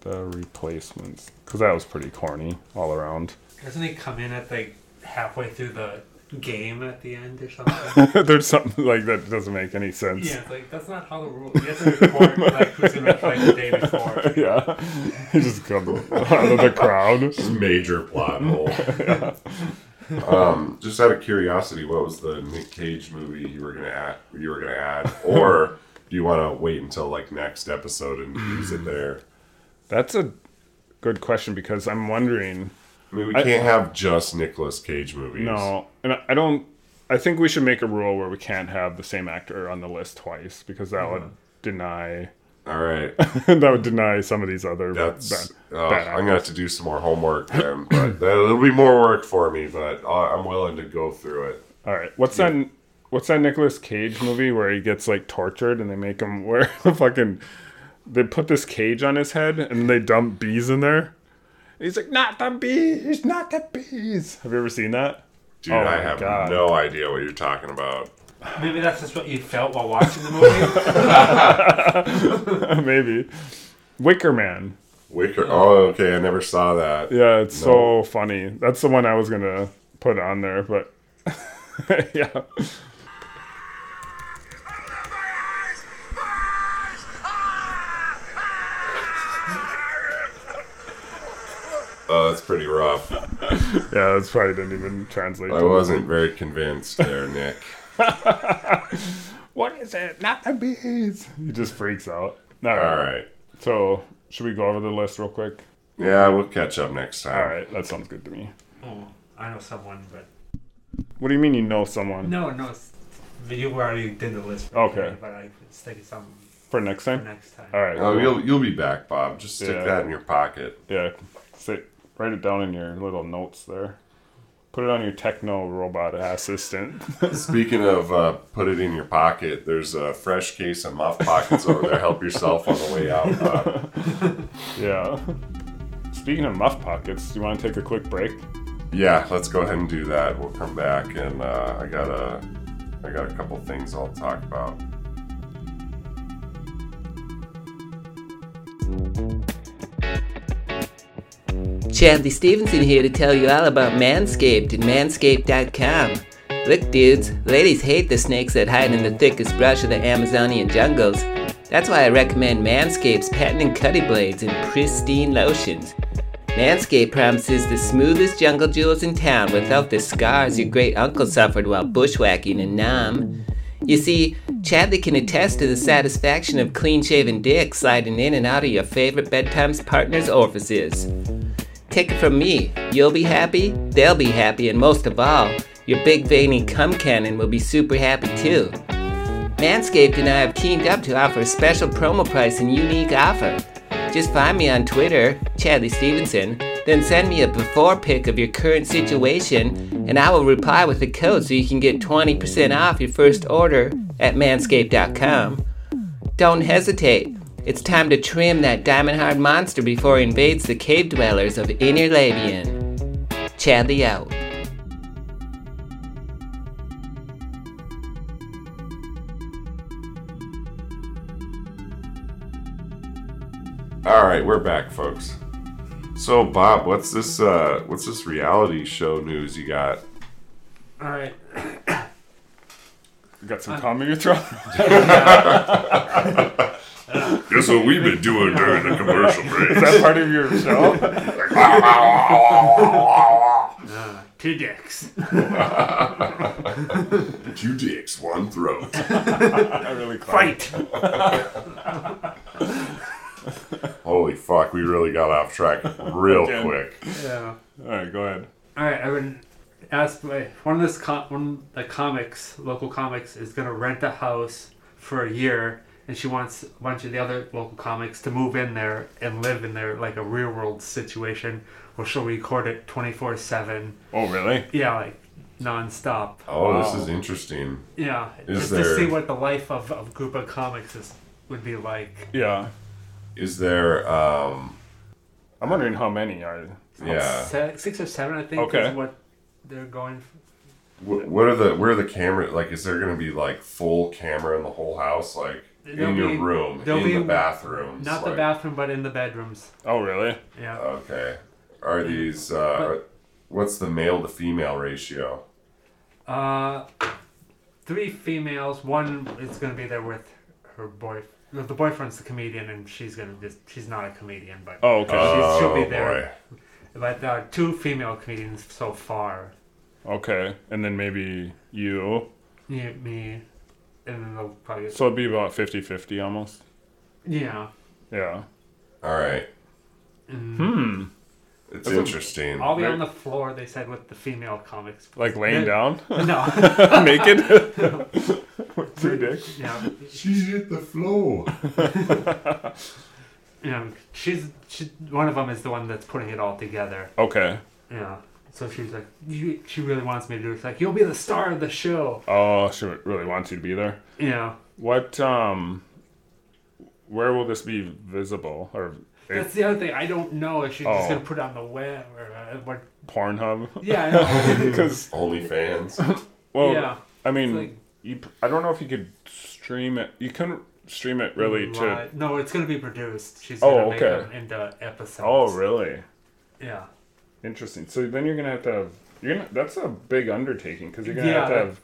S2: The replacements. Because that was pretty corny all around.
S3: Doesn't he come in at like halfway through the game at the end or something?
S2: There's something like that doesn't make any sense.
S3: yeah, it's like that's not how the rules. You have to report like who's gonna play the day before.
S2: Yeah. He just comes out of the crowd.
S1: Major plot hole. um, just out of curiosity, what was the Nick Cage movie you were gonna add? You were gonna add, or do you want to wait until like next episode and use it there?
S2: That's a good question because I'm wondering.
S1: I mean, we
S2: I-
S1: can't have just Nicolas Cage movies.
S2: No, and I- I don't. I think we should make a rule where we can't have the same actor on the list twice because that would deny
S1: All right,
S2: that would deny some of these other
S1: that's.
S2: bad,
S1: uh,
S2: bad
S1: I'm gonna have to do some more homework then, but that'll be more work for me. But I, I'm willing to go through it.
S2: All right, what's that? What's that Nicolas Cage movie where he gets like tortured and they make him wear a fucking? They put this cage on his head and they dump bees in there. And he's like, "Not the bees, not the bees." Have you ever seen that?
S1: Dude,
S2: Oh
S1: I
S2: my
S1: have
S2: God.
S1: no idea what you're talking about.
S3: Maybe that's just what you felt while watching the movie.
S2: Maybe. Wicker Man.
S1: Wicker. Oh, okay. I never saw that.
S2: Yeah, it's so funny. That's the one I was gonna put on there, but yeah.
S1: Oh, that's pretty rough.
S2: Yeah, that's probably didn't even translate.
S1: I
S2: to-
S1: wasn't very convinced there, Nick.
S2: What is it? Not the bees. He just freaks out. All
S1: All
S2: right.
S1: right.
S2: So should we go over the list real quick?
S1: Yeah, we'll catch up next time.
S2: All right, that sounds good to me.
S3: oh, I know someone, but
S2: What do you mean you know someone
S3: no, no. it's- You already did the list. For
S2: Okay.
S3: me, but I was thinking something
S2: for next
S3: for
S2: time?
S3: next time.
S2: All right.
S1: Oh,
S2: cool.
S1: you'll you'll be back, Bob. Just stick
S2: Yeah.
S1: that in your pocket.
S2: yeah. Sit, write it down in your little notes there. Put it on your techno robot assistant.
S1: Speaking of uh, put it in your pocket, there's a fresh case of muff pockets over there. Help yourself on the way out. Bob.
S2: yeah. Speaking of muff pockets, do you want to take a quick break?
S1: Yeah, let's go ahead and do that. We'll come back, and uh, I got a I got a couple things I'll talk about.
S8: Chadley Stevenson here to tell you all about Manscaped and manscaped.com. Look, dudes, ladies hate the snakes that hide in the thickest brush of the Amazonian jungles. That's why I recommend Manscaped's patented cutty blades and pristine lotions. Manscaped promises the smoothest jungle jewels in town without the scars your great uncle suffered while bushwhacking in Nam. You see, Chadley can attest to the satisfaction of clean shaven dick sliding in and out of your favorite bedtime partner's orifices. Take it from me. You'll be happy, they'll be happy, and most of all, your big veiny cum cannon will be super happy too. Manscaped and I have teamed up to offer a special promo price and unique offer. Just find me on Twitter, Chadley Stevenson, then send me a before pic of your current situation, and I will reply with a code so you can get 20% off your first order at manscaped.com. Don't hesitate. It's time to trim that diamond hard monster before he invades the cave dwellers of Inner Labian. Chadley out.
S1: All right, we're back, folks. So, Bob, what's this? Uh, what's this reality show news you got?
S3: All right.
S2: You got some
S3: Uh,
S2: cum in your throat?
S1: Guess what we've been doing during the commercial
S2: Is that part of your show?
S3: Two dicks.
S1: Two dicks, one throat.
S2: I really caught it.
S3: Fight.
S1: Holy fuck, we really got off track real
S2: Again.
S1: quick.
S3: yeah.
S2: All right, go ahead.
S3: All right, I've been asked by one of this com- one of the comics, local comics, is gonna rent a house for a year, and she wants a bunch of the other local comics to move in there and live in there like a real world situation, where she'll record it twenty four seven.
S2: Oh, really?
S3: Yeah, like nonstop.
S1: Oh, this is interesting.
S3: Yeah,
S1: Is
S3: just to see
S1: there-
S3: what the life of of group of comics is would be like.
S2: Yeah.
S1: Is there, um,
S2: I'm wondering how many are.
S1: yeah.
S3: Se- six or seven, I think,
S2: Okay.
S3: is what they're going. For.
S1: Wh- What are the where are the camera like? Is there gonna be like full camera in the whole house, like
S3: There'll
S1: in your
S3: be-
S1: room,
S3: there'll
S1: in
S3: be-
S1: the bathrooms?
S3: Not the
S1: like-
S3: bathroom, but in the bedrooms.
S2: Oh, really?
S3: Yeah.
S1: Okay. Are these? Uh, are- what's the male to female ratio?
S3: Uh, three females. One is gonna be there with her boy. The boyfriend's the comedian, and she's gonna just. She's not a comedian, but
S2: Oh, okay.
S3: she's, she'll be
S1: Oh,
S3: there. But there are two female comedians so far.
S2: okay. And then maybe you.
S3: Yeah, me, and then they'll probably.
S2: So it'd be about 50 50 almost.
S3: Yeah.
S2: Yeah.
S1: All right. Hmm. It's interesting.
S3: I'll be on the floor. They said with the female comics.
S2: Like laying down,
S3: No.
S2: naked. With two dicks.
S3: yeah.
S1: She hit the floor.
S3: Yeah. She's. She, one of them is the one that's putting it all together.
S2: Okay.
S3: Yeah. So she's like, you, she really wants me to do it. She's like, you'll be the star of the show.
S2: Oh, she really wants you to be there.
S3: Yeah.
S2: What, um, where will this be visible? Or
S3: That's the other thing. I don't know if she's
S2: Oh.
S3: just gonna put it on the web or uh, what.
S2: Pornhub?
S3: Yeah, I know.
S2: Because,
S1: OnlyFans.
S2: well,
S3: Yeah.
S2: I mean,
S3: It's like-
S2: you, p- I don't know if you could stream it. You couldn't stream it really to.
S3: Right. uh, No, it's gonna be produced. She's
S2: Oh,
S3: gonna make
S2: okay.
S3: them into episodes.
S2: Oh, really?
S3: Yeah.
S2: Interesting. So then you're gonna have to have you're gonna that's a big undertaking because you're gonna
S3: Yeah,
S2: have to
S3: that-
S2: have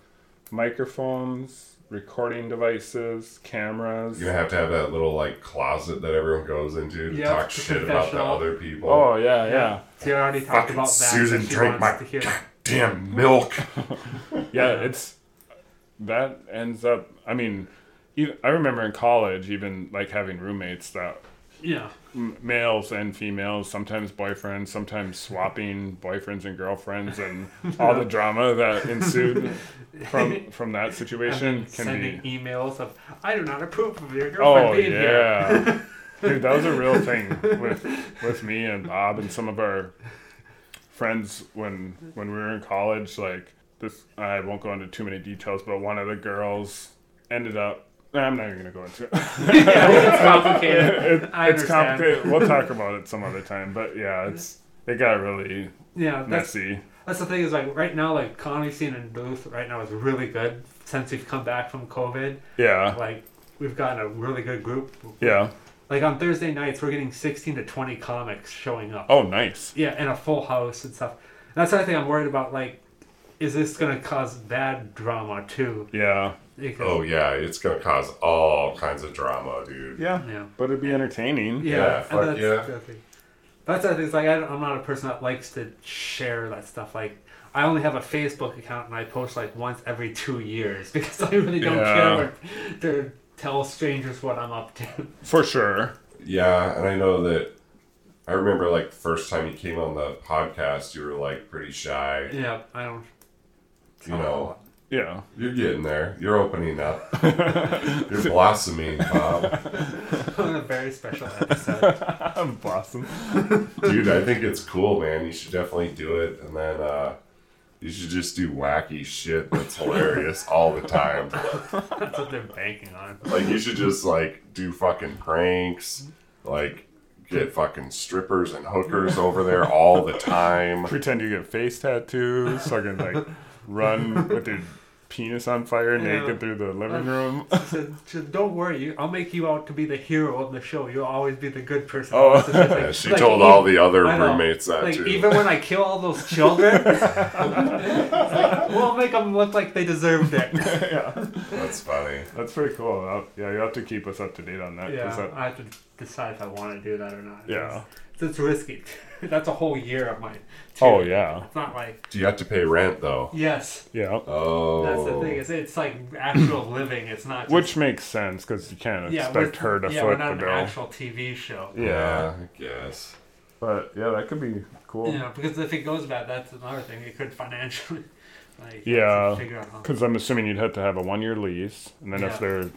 S2: microphones, recording devices, cameras.
S1: You're gonna have to have that little like closet that everyone goes into to
S3: Yeah,
S1: talk
S3: it's
S1: shit about the
S3: confessional.
S1: other people.
S2: Oh yeah, yeah,
S3: So you already talked
S1: Fucking
S3: about that.
S1: Susan,
S3: that she
S1: drink
S3: wants
S1: my
S3: to hear.
S1: damn milk.
S2: yeah. It's that ends up. I mean, even, I remember in college, even like having roommates that
S3: Yeah.
S2: m- males and females, sometimes boyfriends, sometimes swapping boyfriends and girlfriends, and all the drama that ensued from from that situation can be
S3: Sending emails of, I do not approve of your girlfriend
S2: Oh
S3: being here.
S2: yeah, dude, that was a real thing with with me and Bob and some of our friends when when we were in college. Like this, I won't go into too many details, but one of the girls ended up. nah, I'm not even gonna go into it.
S3: it's complicated.
S2: It-
S3: I
S2: it's
S3: understand.
S2: complicated. We'll talk about it some other time. But yeah, it's it got really
S3: Yeah, that's
S2: messy.
S3: That's the thing is like right now, like comedy scene in Duluth right now is really good since we've come back from COVID.
S2: Yeah,
S3: Like we've gotten a really good group.
S2: yeah.
S3: Like on Thursday nights, we're getting 16 to 20 comics showing up.
S2: Oh, nice.
S3: Yeah, and a full house and stuff. And that's the other thing I'm worried about. Like, is this gonna cause bad drama too?
S2: Yeah,
S3: Because-
S1: Oh yeah, it's gonna cause all kinds of drama, dude.
S2: yeah.
S3: Yeah.
S2: But it'd be entertaining.
S3: Yeah,
S1: Yeah,
S3: and
S1: fuck
S3: that's,
S1: yeah.
S3: the other thing. That's the other thing. It's like I don't, I'm not a person that likes to share that stuff. Like I only have a Facebook account and I post like once every two years because I really don't
S2: Yeah.
S3: care to, to tell strangers what I'm up to.
S2: for sure.
S1: Yeah, and I know that. I remember like the first time you came on the podcast, you were like pretty shy.
S3: yeah, I don't.
S1: You know,
S2: Yeah.
S1: you're getting there. You're opening up. you're blossoming, Bob.
S3: On a very special episode.
S2: Blossom.
S1: Dude, I think it's cool, man. You should definitely do it, and then uh, you should just do wacky shit that's hilarious all the time.
S3: That's what they're banking on.
S1: Like you should just like do fucking pranks, like get fucking strippers and hookers over there all the time.
S2: pretend you get face tattoos, fucking like run with your penis on fire
S3: Yeah.
S2: naked through the living room.
S3: So, so don't worry, you, I'll make you out to be the hero of the show. You'll always be the good person.
S2: Oh.
S3: So it's like-
S1: Yeah, she
S3: like,
S1: told all
S3: even-
S1: the other
S3: I know.
S1: roommates that
S3: like
S1: too.
S3: even when I kill all those children, it's like, we'll make them look like they deserved it.
S1: That's funny.
S2: That's pretty cool. I'll- yeah, you have to keep us up to date on that. 'cause
S3: Yeah,
S2: that-
S3: I have to decide if I want to do that or not.
S2: Yeah.
S3: it's, it's risky. That's a whole year of mine.
S2: oh yeah.
S3: it's not like
S1: Do you have to pay rent though?
S3: yes.
S2: Yeah.
S1: Oh,
S3: That's the thing. It's, it's like actual living. It's not just,
S2: Which makes sense because you can't
S3: yeah,
S2: expect
S3: we're-
S2: her to
S3: yeah,
S2: foot
S3: we're not
S2: the
S3: an
S2: bill.
S3: actual TV show.
S2: yeah.
S1: Oh, Yeah, I guess.
S2: But yeah, that could be cool.
S3: You know, because if it goes bad, that's another thing. It could financially, like, you have to figure
S2: Yeah,
S3: out how.
S2: because I'm assuming you'd have to have a one-year lease, and then
S3: Yeah.
S2: if there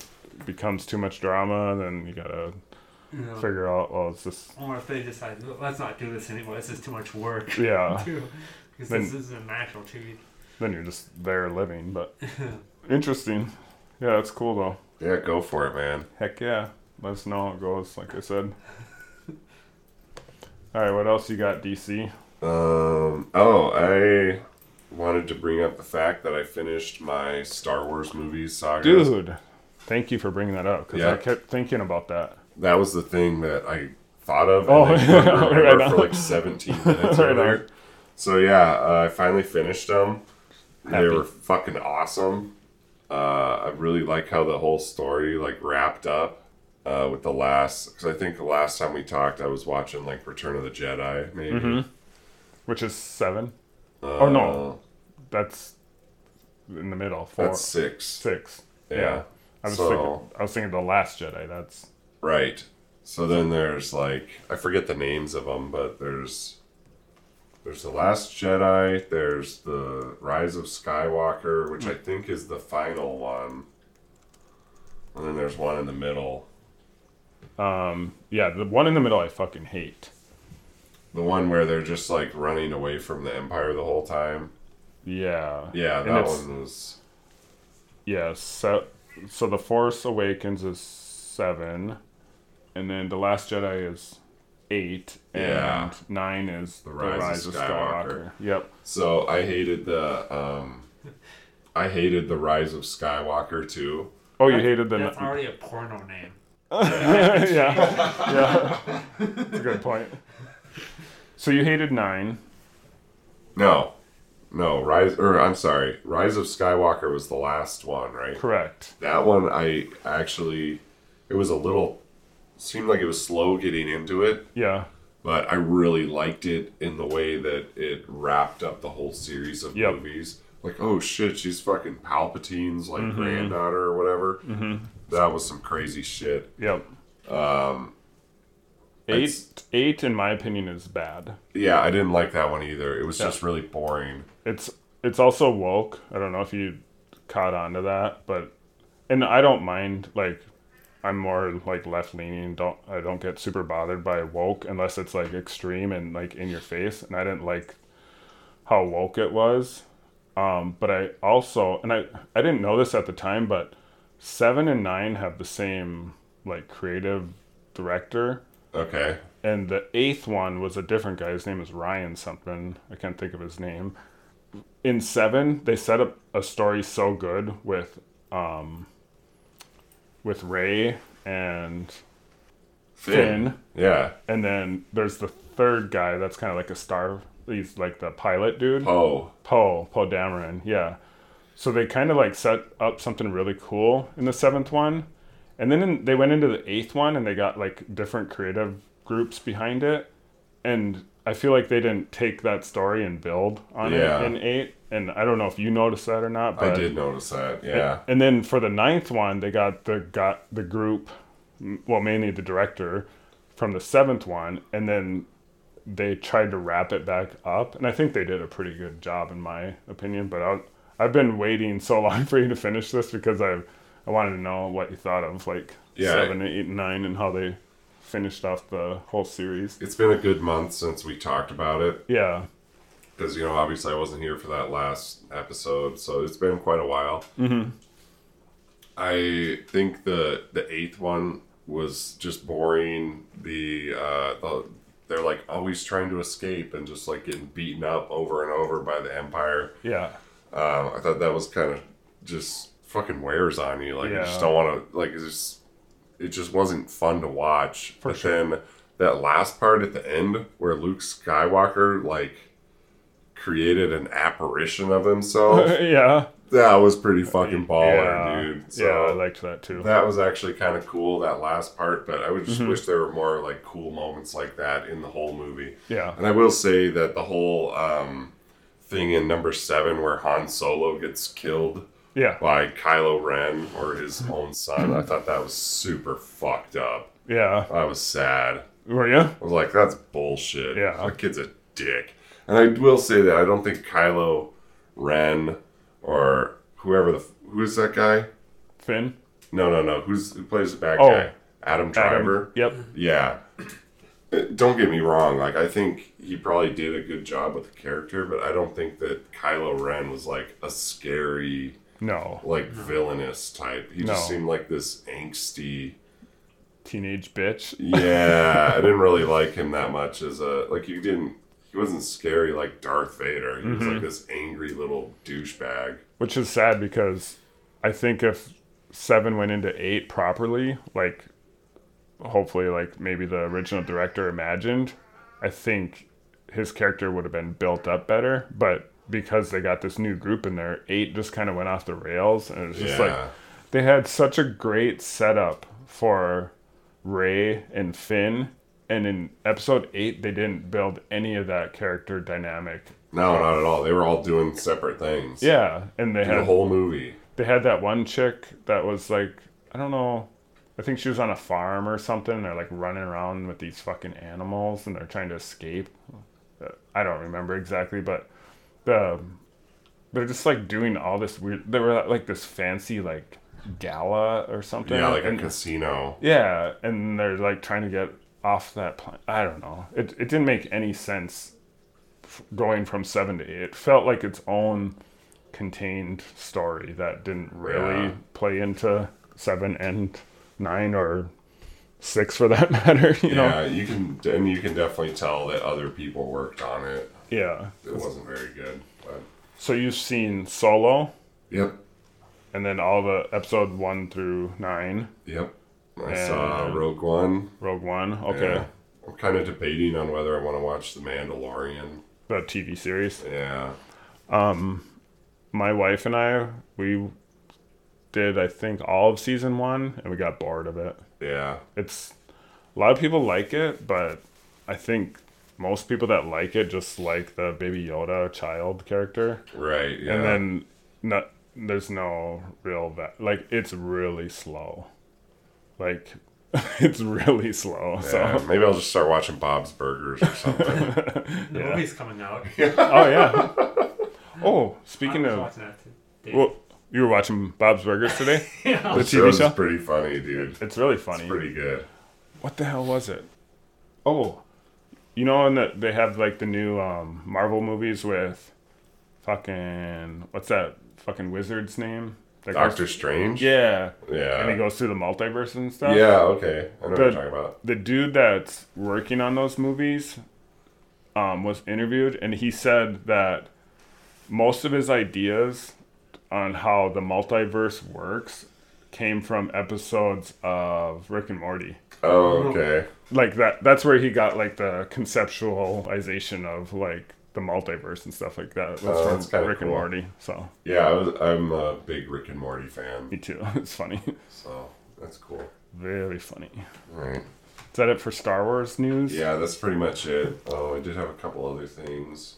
S2: becomes too much drama, then you gotta
S3: You know,
S2: figure out. Well, it's just
S3: or if they decide, let's not do this anymore. This is too much work.
S2: yeah.
S3: too. Because
S2: Then-
S3: this is an actual TV.
S2: then you're just there living. But interesting. Yeah, that's cool though.
S1: Yeah, go for it, man.
S2: Heck yeah. Let us know how it goes, like I said. All right, what else you got, DC?
S1: Um, oh, I wanted to bring up the fact that I finished my Star Wars movies saga.
S2: Dude, thank you for bringing that up because
S1: Yeah.
S2: I kept thinking about that.
S1: that was the thing that I thought of.
S2: Oh,
S1: and I couldn't remember
S2: right on.
S1: for like 17 minutes
S2: Right
S1: earlier.
S2: on.
S1: So yeah, uh, I finally finished them. They
S2: Happy.
S1: were fucking awesome. Uh, I really like how the whole story like wrapped up uh, with the last. Because I think the last time we talked, I was watching like Return of the Jedi, maybe. Uh,
S2: Which is seven? Mm-hmm. oh no, that's in the middle. Four,
S1: That's six.
S2: six.
S1: Yeah.
S2: I was
S1: So-
S2: thinking. I was thinking the Last Jedi. That's
S1: Right. So then there's like I forget the names of them, but there's there's the Last Jedi, there's the Rise of Skywalker, which I think is the final one, and then there's one in the middle,
S2: um, yeah. The one in the middle I fucking hate.
S1: the one where they're just like running away from the Empire the whole time.
S2: Yeah.
S1: Yeah,
S2: And
S1: that
S2: it's-
S1: one was
S2: Yeah. So, so the Force Awakens is seven, and then the Last Jedi is eight, and
S1: Yeah.
S2: nine is the
S1: Rise of Skywalker.
S2: Yep.
S1: So I hated the um, I hated the Rise of Skywalker too.
S2: Oh, you hated the.
S3: That's already a porno name.
S2: yeah. Yeah. That's a good point. So you hated nine.
S1: No, no, Rise or I'm sorry, Rise of Skywalker was the last one, right?
S2: Correct.
S1: That one I actually it was a little seemed like it was slow getting into it,
S2: Yeah.
S1: but I really liked it in the way that it wrapped up the whole series of
S2: Yep.
S1: movies. Like, oh shit, she's fucking Palpatine's like
S2: Mm-hmm.
S1: granddaughter or whatever. Mm-hmm. That was some crazy shit.
S2: Yep. Um,
S1: it's-
S2: eight, eight, in my opinion, is bad.
S1: Yeah, I didn't like that one either. It was just really boring.
S2: It's it's also woke. I don't know if you caught on to that, but and I don't mind like I'm more like left leaning. Don't I don't get super bothered by woke unless it's like extreme and like in your face. And I didn't like how woke it was. Um, but I also and I I didn't know this at the time, but seven and nine have the same like creative director.
S1: Okay.
S2: and the eighth one was a different guy. His name is Ryan something. I can't think of his name. In seven, they set up a story so good with, um, with Ray and Finn,
S1: Yeah.
S2: and then there's the third guy that's kind of like a star. He's like the pilot dude.
S1: Oh.
S2: Poe, Poe Dameron, yeah. So they kind of like set up something really cool in the seventh one, and then in, they went into the eighth one and they got like different creative groups behind it, and I feel like they didn't take that story and build on
S1: Yeah.
S2: it in eight. And I don't know if you noticed that or not, but
S1: I did notice that. Yeah.
S2: and then for the ninth one, they got the got the group, m- well, mainly the director from the seventh one, and then they tried to wrap it back up, and I think they did a pretty good job, in my opinion. But I, I've been waiting so long for you to finish this because I, I wanted to know what you thought of like
S1: Yeah, I-
S2: seven, eight, and nine, and how they finished off the whole series.
S1: It's been a good month since we talked about it.
S2: Yeah,
S1: because you know obviously I wasn't here for that last episode, so it's been quite a while. I think the the eighth one was just boring. The uh, the they're like always trying to escape and just like getting beaten up over and over by the Empire.
S2: yeah,
S1: Um, I thought that was kind of just fucking wears on you. Like I just
S2: Yeah.
S1: don't want to. Like it's just it just wasn't fun to watch.
S2: For
S1: but
S2: sure.
S1: then that last part at the end where Luke Skywalker like created an apparition of himself,
S2: yeah,
S1: that was pretty fucking baller,
S2: yeah,
S1: dude. So
S2: yeah. I liked that too.
S1: that was actually kind of cool that last part, but I would just
S2: Mm-hmm.
S1: wish there were more like cool moments like that in the whole movie.
S2: yeah,
S1: And I will say that the whole um, thing in number seven where Han Solo gets killed
S2: yeah,
S1: by Kylo Ren or his
S2: Mm-hmm.
S1: own son, I thought that was super fucked up.
S2: yeah.
S1: I was sad.
S2: Were you?
S1: I was like, that's bullshit.
S2: Yeah.
S1: That kid's a dick. And I will say that I don't think Kylo Ren or whoever the. f- Who is that guy?
S2: Finn?
S1: No, no, no. Who's Who plays the bad
S2: Oh.
S1: guy? Adam Driver?
S2: Adam? Yep.
S1: Yeah. Uh, Don't get me wrong. Like I think he probably did a good job with the character, but I don't think that Kylo Ren was like a scary,
S2: No.
S1: like villainous type. He just
S2: No.
S1: seemed like this angsty.
S2: teenage bitch.
S1: Yeah, I didn't really like him that much as a like. You didn't. he wasn't scary like Darth Vader. He was
S2: Mm-hmm.
S1: like this angry little douchebag.
S2: Which is sad because I think if seven went into eight properly, like hopefully, like maybe the original director imagined, I think his character would have been built up better. But because they got this new group in there, eight just kind of went off the rails, and it was just
S1: Yeah.
S2: like they had such a great setup for Ray and Finn. And in episode eight, they didn't build any of that character dynamic.
S1: No, not at all. They were all doing separate things.
S2: Yeah, and they
S1: The
S2: had
S1: whole movie.
S2: they had that one chick that was like I don't know. I think she was on a farm or something. and They're like running around with these fucking animals and they're trying to escape. Uh, I don't remember exactly, but the they're just like doing all this weird. They were at, like this fancy like gala or something.
S1: Yeah, like a
S2: and,
S1: casino.
S2: yeah, and they're like trying to get off that planet. I don't know. It it didn't make any sense f- going from seven to eight. It felt like its own contained story that didn't really
S1: Yeah.
S2: play into seven and nine or six for that matter. You know.
S1: Yeah, you can, and you can definitely tell that other people worked on it.
S2: Yeah.
S1: It wasn't very good, but
S2: So you've seen Solo,
S1: yep,
S2: and then all the episode one through nine,
S1: yep. I saw Rogue One.
S2: Rogue One. Okay.
S1: Yeah. I'm kind of debating on whether I want to watch The Mandalorian.
S2: The TV series.
S1: Yeah,
S2: my wife and I, we did I think all of season one, and we got bored of it.
S1: yeah.
S2: It's a lot of people like it, but I think most people that like it just like the Baby Yoda child character,
S1: Right. Yeah.
S2: and then no, there's no real va- like it's really slow, like it's really slow.
S1: Yeah,
S2: So
S1: maybe I'll just start watching Bob's Burgers or something.
S3: The movie's coming out.
S2: oh yeah. Oh, speaking
S3: I was
S2: of,
S3: watching that today.
S2: well, you were watching Bob's Burgers today.
S3: Yeah.
S2: The
S1: the show
S2: TV
S1: is
S2: show.
S1: pretty funny, dude.
S2: It's really funny.
S1: Pretty good.
S2: what the hell was it? Oh, you know, and the, they have like the new um, Marvel movies with fucking what's that fucking wizard's name? That goes-
S1: Doctor Strange.
S2: Yeah,
S1: Yeah.
S2: and he goes through the multiverse and stuff.
S1: Yeah. Okay. I know what you're
S2: The-
S1: talking about.
S2: the dude that's working on those movies um, was interviewed, and he said that most of his ideas on how the multiverse works came from episodes of Rick and Morty.
S1: Oh, okay.
S2: like that that's where he got like the conceptualization of like the multiverse and stuff like that was
S1: Oh, that's
S2: from
S1: kinda
S2: Rick and
S1: cool.
S2: Morty. So
S1: Yeah, I was, I'm a big Rick and Morty
S2: me
S1: fan,
S2: too. It's funny.
S1: so that's cool.
S2: Very funny.
S1: All right.
S2: Is that it for Star Wars news?
S1: Yeah, that's pretty much it. Oh, I did have a couple other things.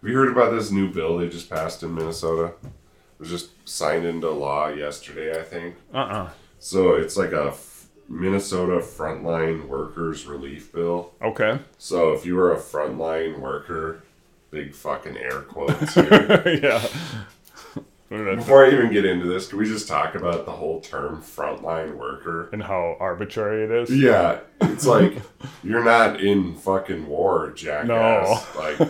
S1: Have you heard about this new bill they just passed in Minnesota? It was just signed into law yesterday, I think.
S2: Uh uh
S1: So it's like a f- Minnesota frontline workers relief bill.
S2: Okay.
S1: So if you were a frontline worker, big fucking air quotes here.
S2: yeah. That's-
S1: Before I even get into this, can we just talk about the whole term frontline worker?
S2: and how arbitrary it is.
S1: Yeah, it's like you're not in fucking war, jackass. Like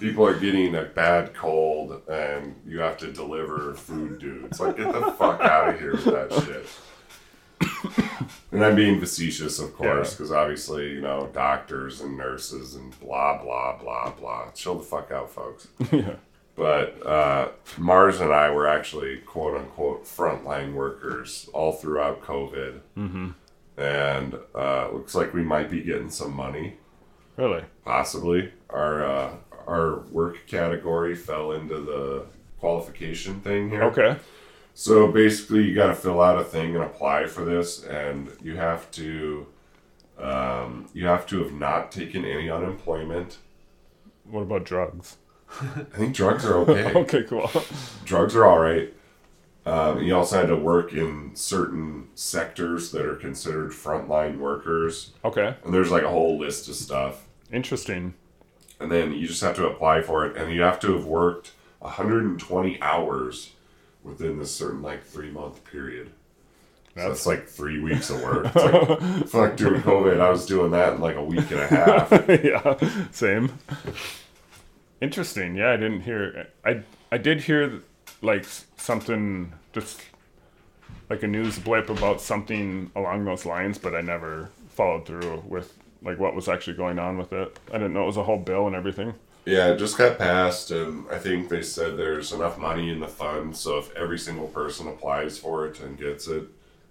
S1: people are getting a bad cold, and you have to deliver food, dude. It's like get the fuck out of here with that shit. And I'm being facetious, of course,
S2: Yeah.
S1: because obviously, you know, doctors and nurses and blah blah blah blah. Chill the fuck out, folks. But uh, Mars and I were actually quote unquote frontline workers all throughout COVID. Mm-hmm. And uh, looks like we might be getting some money,
S2: Really?
S1: possibly. Our, uh, our work category fell into the qualification thing here.
S2: Okay.
S1: So basically, you got to fill out a thing and apply for this, and you have to. Um, you have to have not taken any unemployment.
S2: What about drugs?
S1: I think drugs are okay.
S2: Okay, cool.
S1: drugs are all right. Um, you also had to work in certain sectors that are considered frontline workers,
S2: Okay.
S1: and there's like a whole list of stuff.
S2: Interesting.
S1: And then you just have to apply for it, and you have to have worked 120 hours within this certain like three month period. So that's like three weeks of work. It's like, fuck, during COVID, I was doing that in like a week and a half.
S2: yeah, same. Interesting. Yeah, I didn't hear. I I did hear like s- something just like a news blip about something along those lines, but I never followed through with like what was actually going on with it. I didn't know it was a whole bill and everything.
S1: Yeah, it just got passed, and I think they said there's enough money in the fund, so if every single person applies for it and gets it,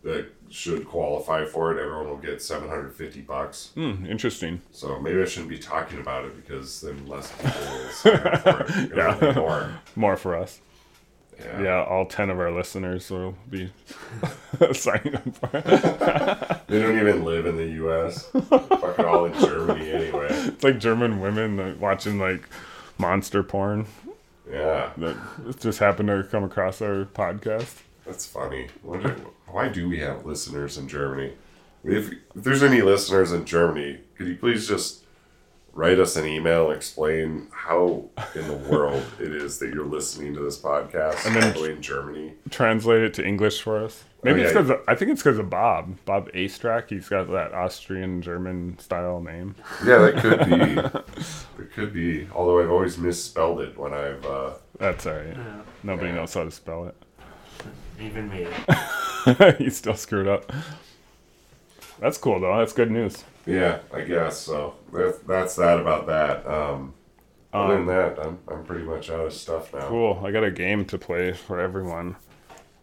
S1: that should qualify for it, everyone will get 750 bucks.
S2: Hmm, interesting.
S1: So maybe I shouldn't be talking about it because then less people will sign up for it. It'll
S2: Yeah.
S1: be More.
S2: More for us.
S1: Yeah.
S2: Yeah, all ten of our listeners will be signing up for it.
S1: They don't even live in the U.S. Fucking all in Germany anyway.
S2: It's like German women that watching like monster porn
S1: Yeah,
S2: that just happened to come across our podcast.
S1: that's funny. What do- why do we have listeners in Germany? If, if there's any listeners in Germany, could you please just write us an email and explain how in the world it is that you're listening to this podcast and then in Germany?
S2: Translate it to English for us. Maybe it's
S1: Okay.
S2: 'cause it's because I think it's because of Bob. Bob Astrack. He's got that Austrian German style name.
S1: Yeah, that could be. That could be. Although I've always misspelled it when I've. Uh,
S2: That's all right. Nobody knows how to spell it.
S3: Even me.
S2: He's still screwed up. That's cool though. That's good news.
S1: yeah, I guess so. That, that's that about that. Um, other than that, I'm, I'm pretty much out of stuff now.
S2: Cool. I got a game to play for everyone.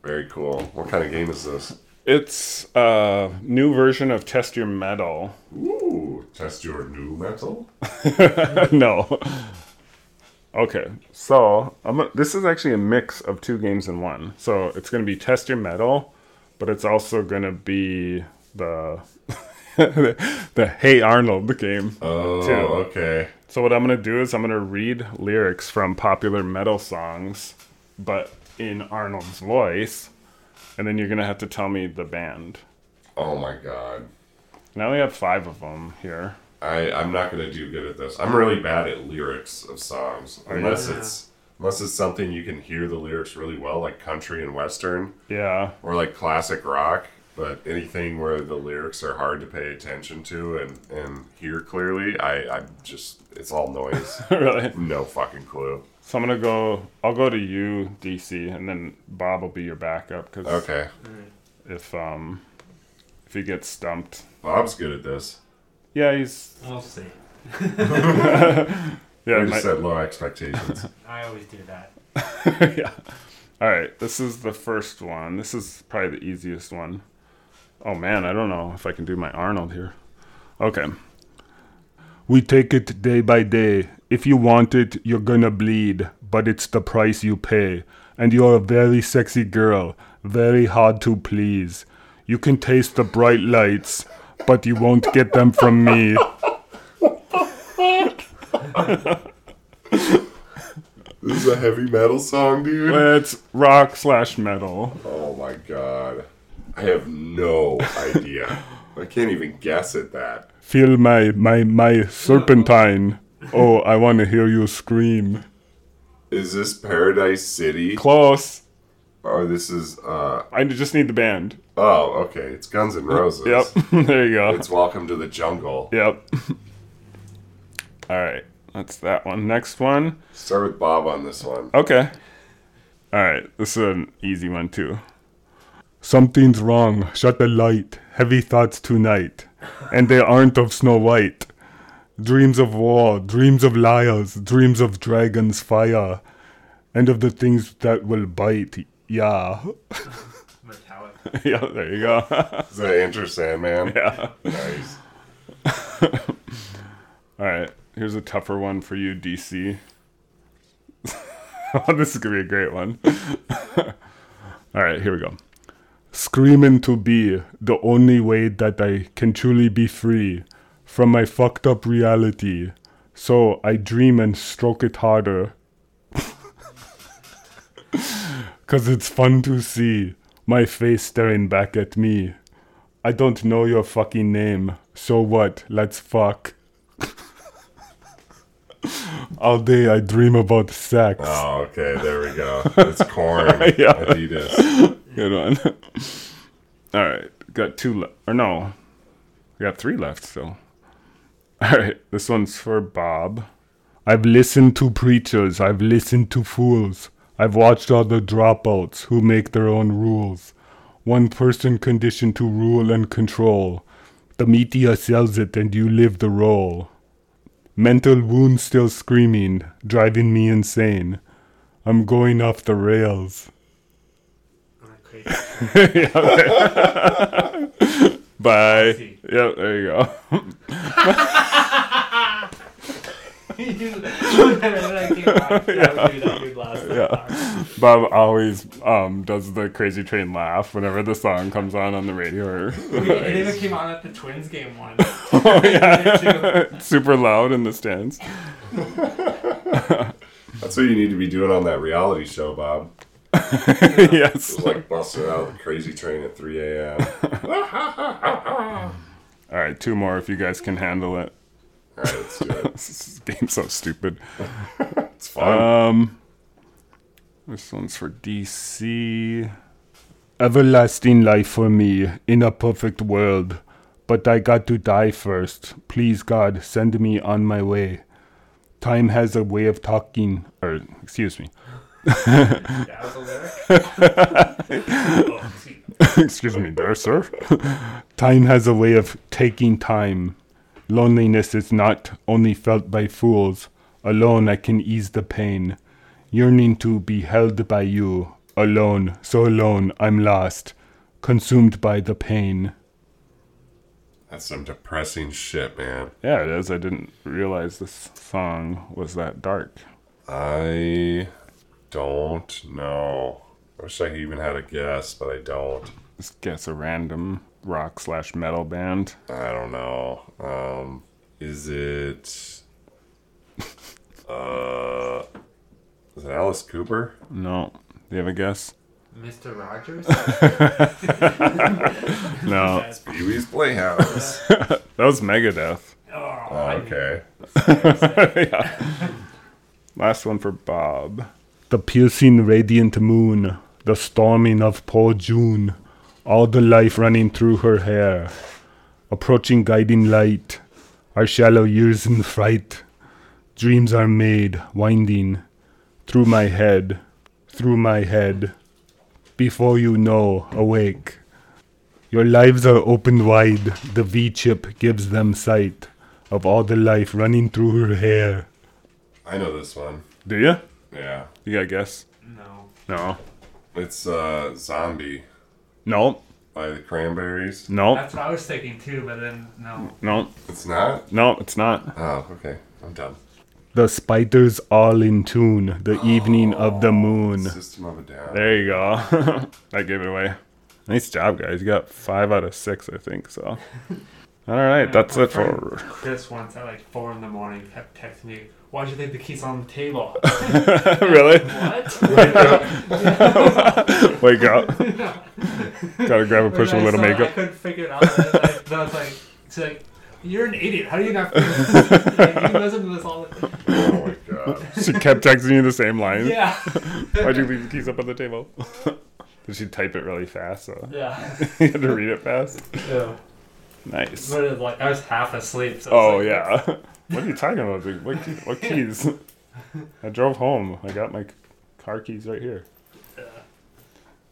S1: Very cool. What kind of game is this?
S2: It's a new version of Test Your Metal.
S1: Ooh, test your new metal.
S2: no. Okay, so I'm gonna- this is actually a mix of two games in one. So it's going to be Test Your Metal, but it's also going to be the, the Hey Arnold game.
S1: Oh,
S2: Two.
S1: okay.
S2: So what I'm gonna do is I'm gonna read lyrics from popular metal songs, but in Arnold's voice, and then you're gonna have to tell me the band.
S1: Oh my god.
S2: Now we have five of them here.
S1: I I'm not gonna do good at this. I'm really bad at lyrics of songs, unless it's unless it's something you can hear the lyrics really well, like country and western,
S2: Yeah,
S1: or like classic rock. But anything where the lyrics are hard to pay attention to and and hear clearly, I I'm just it's all noise.
S2: really.
S1: no fucking clue.
S2: So I'm gonna go. I'll go to you, DC, and then Bob will be your backup. Cause
S1: Okay,
S2: if um if he gets stumped,
S1: Bob's good at this.
S2: yeah, he's
S3: We'll see.
S2: yeah.
S1: I
S2: my-
S1: just said low expectations.
S3: I always do that.
S2: yeah. All right, this is the first one. This is probably the easiest one. Oh man, I don't know if I can do my Arnold here. Okay. We take it day by day. If you want it, you're gonna bleed, but it's the price you pay. And you're a very sexy girl, very hard to please. You can taste the bright lights, but you won't get them from me.
S1: This is a heavy metal song, dude.
S2: It's rock slash metal.
S1: Oh my god. I have no idea. I can't even guess at that.
S2: Feel my my my serpentine. Oh, I want to hear you scream.
S1: Is this Paradise City?
S2: Close.
S1: Or this is uh
S2: I just need the band.
S1: oh, okay, it's Guns N' Roses.
S2: Yep. there you go.
S1: It's Welcome to the Jungle.
S2: Yep. All right. That's that one. Next one.
S1: Start with Bob on this one.
S2: Okay. All right. This is an easy one too. Something's wrong. Shut the light. Heavy thoughts tonight, and they aren't of Snow White. Dreams of war, dreams of liars, dreams of dragons' fire, and of the things that will bite. Yeah.
S3: Metallic.
S2: yeah, there you go.
S1: Is that Enter Sandman?
S2: yeah.
S1: Nice.
S2: All right. Here's a tougher one for you, DC. oh, this is going to be a great one. All right, here we go. Screaming to be the only way that I can truly be free from my fucked up reality. So I dream and stroke it harder. Cause it's fun to see my face staring back at me. I don't know your fucking name. So what? Let's fuck. All day I dream about sex.
S1: Oh, okay, there we go. It's corn.
S2: Yeah.
S1: Adidas.
S2: Good one. All right, got two left. Or no, we got three left still. All right, this one's for Bob. I've listened to preachers. I've listened to fools. I've watched all the dropouts who make their own rules. One person conditioned to rule and control. The meteor sells it and you live the role. Mental wound still screaming, driving me insane. I'm going off the rails. Bye.
S3: see.
S2: Yep, there you go.
S3: yeah.
S2: Bob always um, does the crazy train laugh whenever the song comes on on the radio. Or
S3: It even came on at the Twins game once.
S2: oh, yeah. Super loud in the stands.
S1: That's what you need to be doing on that reality show, Bob.
S2: yes.
S1: It's like busting out the crazy train at 3 a.m.
S2: All right, two more if you guys can handle it.
S1: All right, let's do it.
S2: This game's so stupid.
S1: It's fun.
S2: This one's for DC. Everlasting life for me in a perfect world. But I got to die first. Please, God, send me on my way. Time has a way of talking. Or, excuse me.
S3: That was a lyric. Oh, excuse me.
S2: excuse me there, sir. time has a way of taking time. Loneliness is not only felt by fools. Alone I can ease the pain. Yearning to be held by you. Alone, so alone, I'm lost. Consumed by the pain.
S1: That's some depressing shit, man.
S2: Yeah, it is. I didn't realize this song was that dark.
S1: I don't know. I wish I even had a guess, but I don't.
S2: Just guess a random rock slash metal band.
S1: I don't know. Um, is it? Uh, is it Alice Cooper?
S2: No. Do you have a guess?
S3: Mr. Rogers?
S2: No.
S1: Pee Wee's Playhouse.
S2: That was Megadeth.
S3: Oh,
S2: Uh,
S1: okay.
S2: Last one for Bob. The piercing radiant moon, the storming of poor June, all the life running through her hair, approaching guiding light, our shallow years in fright. Dreams are made, winding through my head, through my head. Before you know, awake. Your lives are opened wide, the V chip gives them sight of all the life running through her hair.
S1: I know this one.
S2: Do you?
S1: Yeah,
S2: You got a guess?
S3: No.
S2: No.
S1: it's uh, Zombie
S2: No.
S1: by the Cranberries.
S2: No.
S3: That's what I was thinking too, but then no.
S2: No.
S1: It's not.
S2: No, it's not.
S1: Oh, okay. I'm done.
S2: The spiders all in tune. The evening of the moon.
S1: System of a Down.
S2: There you go. I gave it away. Nice job, guys. You got five out of six, I think. So. All right, that's it for.
S3: Chris once at like 4 in the morning kept texting me, Why'd you leave the keys on the table?
S2: really?
S3: what?
S2: Wake up. Gotta grab a push
S3: When
S2: with a little
S3: I saw it, I
S2: makeup.
S3: couldn't figure it out. I was like, I was like, it's like, you're an idiot. How do you not figure this out? Like, You listen to this all the
S1: Oh my god.
S2: She kept texting you the same line.
S3: Yeah.
S2: Why'd you leave the keys up on the table? Did she type it really fast? So
S3: Yeah.
S2: you had to read it fast.
S3: yeah.
S2: Nice.
S3: But it was like, I was half asleep. So
S2: Oh
S3: it's like,
S2: yeah. what are you talking about? dude? What, key- what keys? I drove home. I got my c- car keys right here.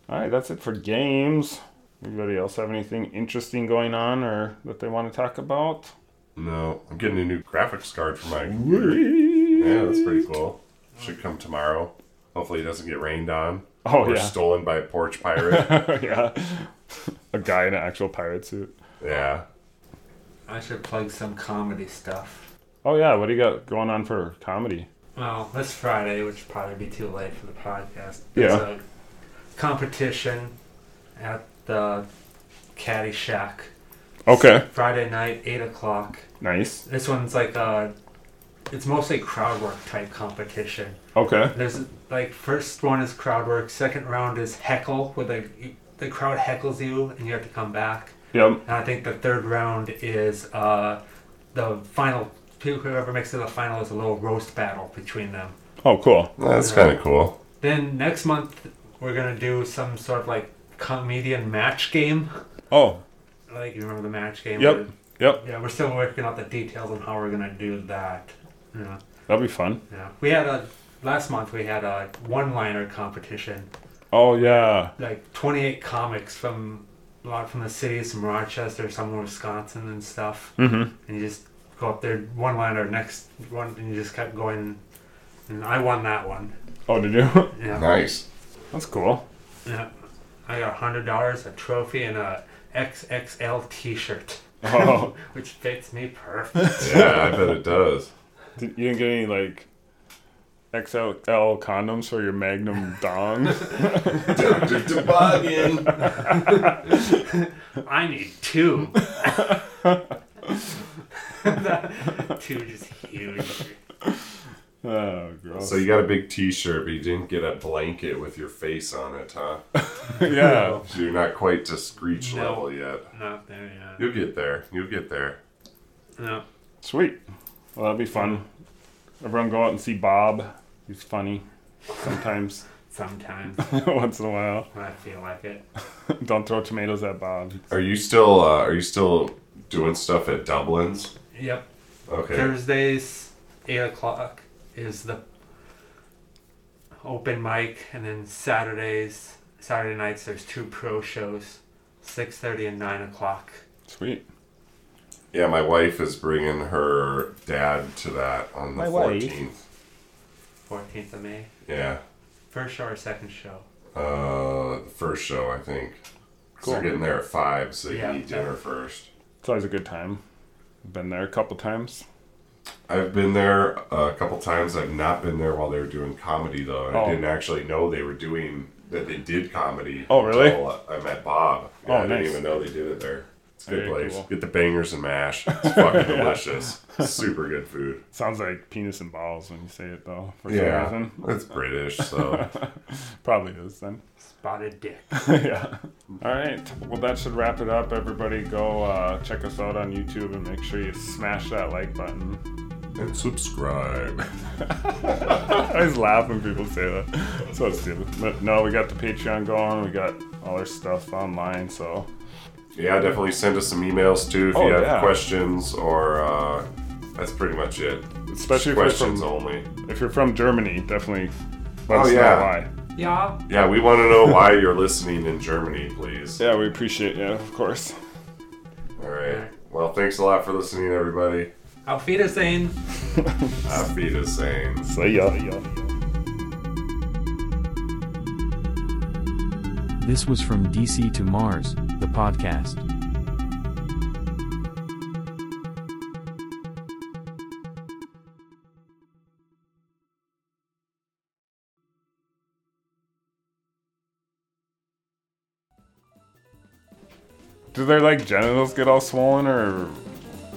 S2: All right, that's it for games. Anybody else have anything interesting going on or that they want to talk about?
S1: No, I'm getting a new graphics card for my.
S2: Yeah,
S1: Yeah, that's pretty cool. Should come tomorrow. Hopefully, it doesn't get rained on.
S2: Oh,
S1: or
S2: yeah.
S1: stolen by a porch pirate.
S2: yeah. A guy in an actual pirate suit.
S1: yeah.
S3: I should plug some comedy stuff.
S2: Oh yeah, what do you got going on for comedy?
S3: Well, this Friday, which would probably be too late for the podcast.
S2: Yeah.
S3: There's a competition at the Caddy Shack.
S2: Okay,
S3: Friday night, 8 o'clock.
S2: nice.
S3: This one's like a. It's mostly crowd work type competition.
S2: Okay,
S3: There's like first one is crowd work, second round is heckle, where the the crowd heckles you and you have to come back.
S2: yep.
S3: And I think the third round is uh, the final. Whoever makes it to the final is a little roast battle between them.
S2: Oh, cool.
S1: That's kind of cool.
S3: Then next month we're gonna do some sort of like comedian match game.
S2: Oh,
S3: Like you remember the match game?
S2: yep, yep.
S3: Yeah, we're still working out the details on how we're gonna do that. Yeah.
S2: That'll be fun.
S3: Yeah, we had a last month. We had a one-liner competition.
S2: Oh yeah.
S3: Like twenty-eight comics from a lot from the cities, from Rochester, some from Wisconsin and stuff.
S2: Mhm.
S3: And you just go up there one line or next one, and you just kept going. And I won that one.
S2: Oh, did you?
S3: Yeah.
S1: Nice.
S2: That's cool.
S3: Yeah. I got hundred dollars, a trophy, and a XXL T-shirt,
S2: Oh,
S3: which fits me perfect.
S1: Yeah, I bet it does.
S2: did, you didn't get any like XL condoms for your Magnum dong?
S1: Dr. Toboggan.
S3: I need two. two just huge.
S2: oh, gross.
S1: So you got a big T-shirt, but you didn't get a blanket with your face on it, huh?
S2: yeah.
S1: So you're not quite to screech
S3: No.
S1: level yet.
S3: Not there yet.
S1: You'll get there. You'll get there.
S3: No.
S2: Sweet. Well, that'd be fun. Everyone go out and see Bob. He's funny sometimes,
S3: Sometimes
S2: once in a while.
S3: when I feel like it.
S2: Don't throw tomatoes at Bob.
S1: Are you still? Uh, are you still doing stuff at Dublin's?
S3: Yep.
S1: Okay.
S3: Thursdays, eight o'clock is the open mic, and then Saturdays, Saturday nights there's two pro shows, six thirty and nine o'clock.
S2: Sweet.
S1: Yeah, my wife is bringing her dad to that on the
S2: My wife?
S1: 14th.
S3: Fourteenth of May,
S1: Yeah,
S3: first show or second show?
S1: uh, the first show I think. 'Cause They're
S2: Cool.
S1: getting there at five, so they
S3: Yeah.
S1: can eat dinner first.
S2: It's always a good time. Been there a couple times.
S1: I've been there a couple times. I've not been there while they were doing comedy though. and
S2: Oh.
S1: I didn't actually know they were doing that. They did comedy.
S2: Oh, really?
S1: until I met Bob. Yeah,
S2: Oh,
S1: I didn't
S2: nice.
S1: even know they did it there. It's a good
S2: Very
S1: place.
S2: cool.
S1: Get the bangers and mash. It's fucking delicious. Super good food.
S2: Sounds like penis and balls when you say it though. For some
S1: Yeah,
S2: reason,
S1: it's British, so
S2: probably is then.
S3: Spotted Dick.
S2: yeah. All right. Well, that should wrap it up. Everybody, go uh, check us out on YouTube and make sure you smash that like button.
S1: and subscribe.
S2: I always laugh when people say that. So stupid. But no, we got the Patreon going. We got all our stuff online. So
S1: Yeah, definitely send us some emails too if
S2: Oh,
S1: you have
S2: yeah.
S1: questions or uh, that's pretty much it.
S2: especially if you're
S1: questions
S2: from
S1: only.
S2: if you're from Germany, definitely let
S1: Oh,
S2: us
S1: yeah.
S2: know why.
S3: Yeah.
S1: Yeah, we want to know why you're listening in Germany, please.
S2: Yeah, we appreciate you, of course.
S1: All right. Well, thanks a lot for listening, everybody.
S3: Auf Wiedersehen.
S1: Happy to saying.
S2: So yeah, yeah.
S5: This was from DC to Mars, the podcast.
S2: Do their like genitals get all swollen or?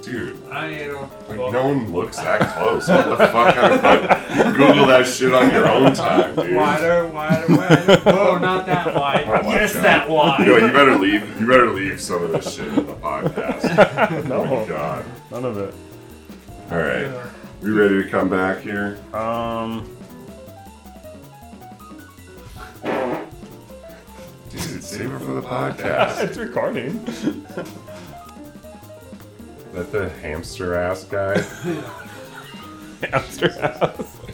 S1: Dude,
S3: I don't.
S1: like, no one looks that close. What the fuck? Kind of fuck? Google that shit on your own time, dude.
S3: Wider, wider, wider. Oh, not that wide.
S1: Oh my
S3: yes,
S1: God.
S3: that wide.
S1: Yo, you better leave. You better leave some of this shit in the podcast. Oh
S2: No,
S1: God.
S2: none of it.
S1: All right. We ready to come back here?
S2: Um,
S1: Dude, save it for the podcast.
S2: it's recording.
S1: That the hamster ass guy.
S2: Hamster house.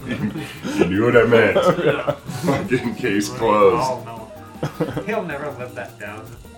S1: You knew what I meant. Fucking case closed.
S3: Oh no. He'll never live that down.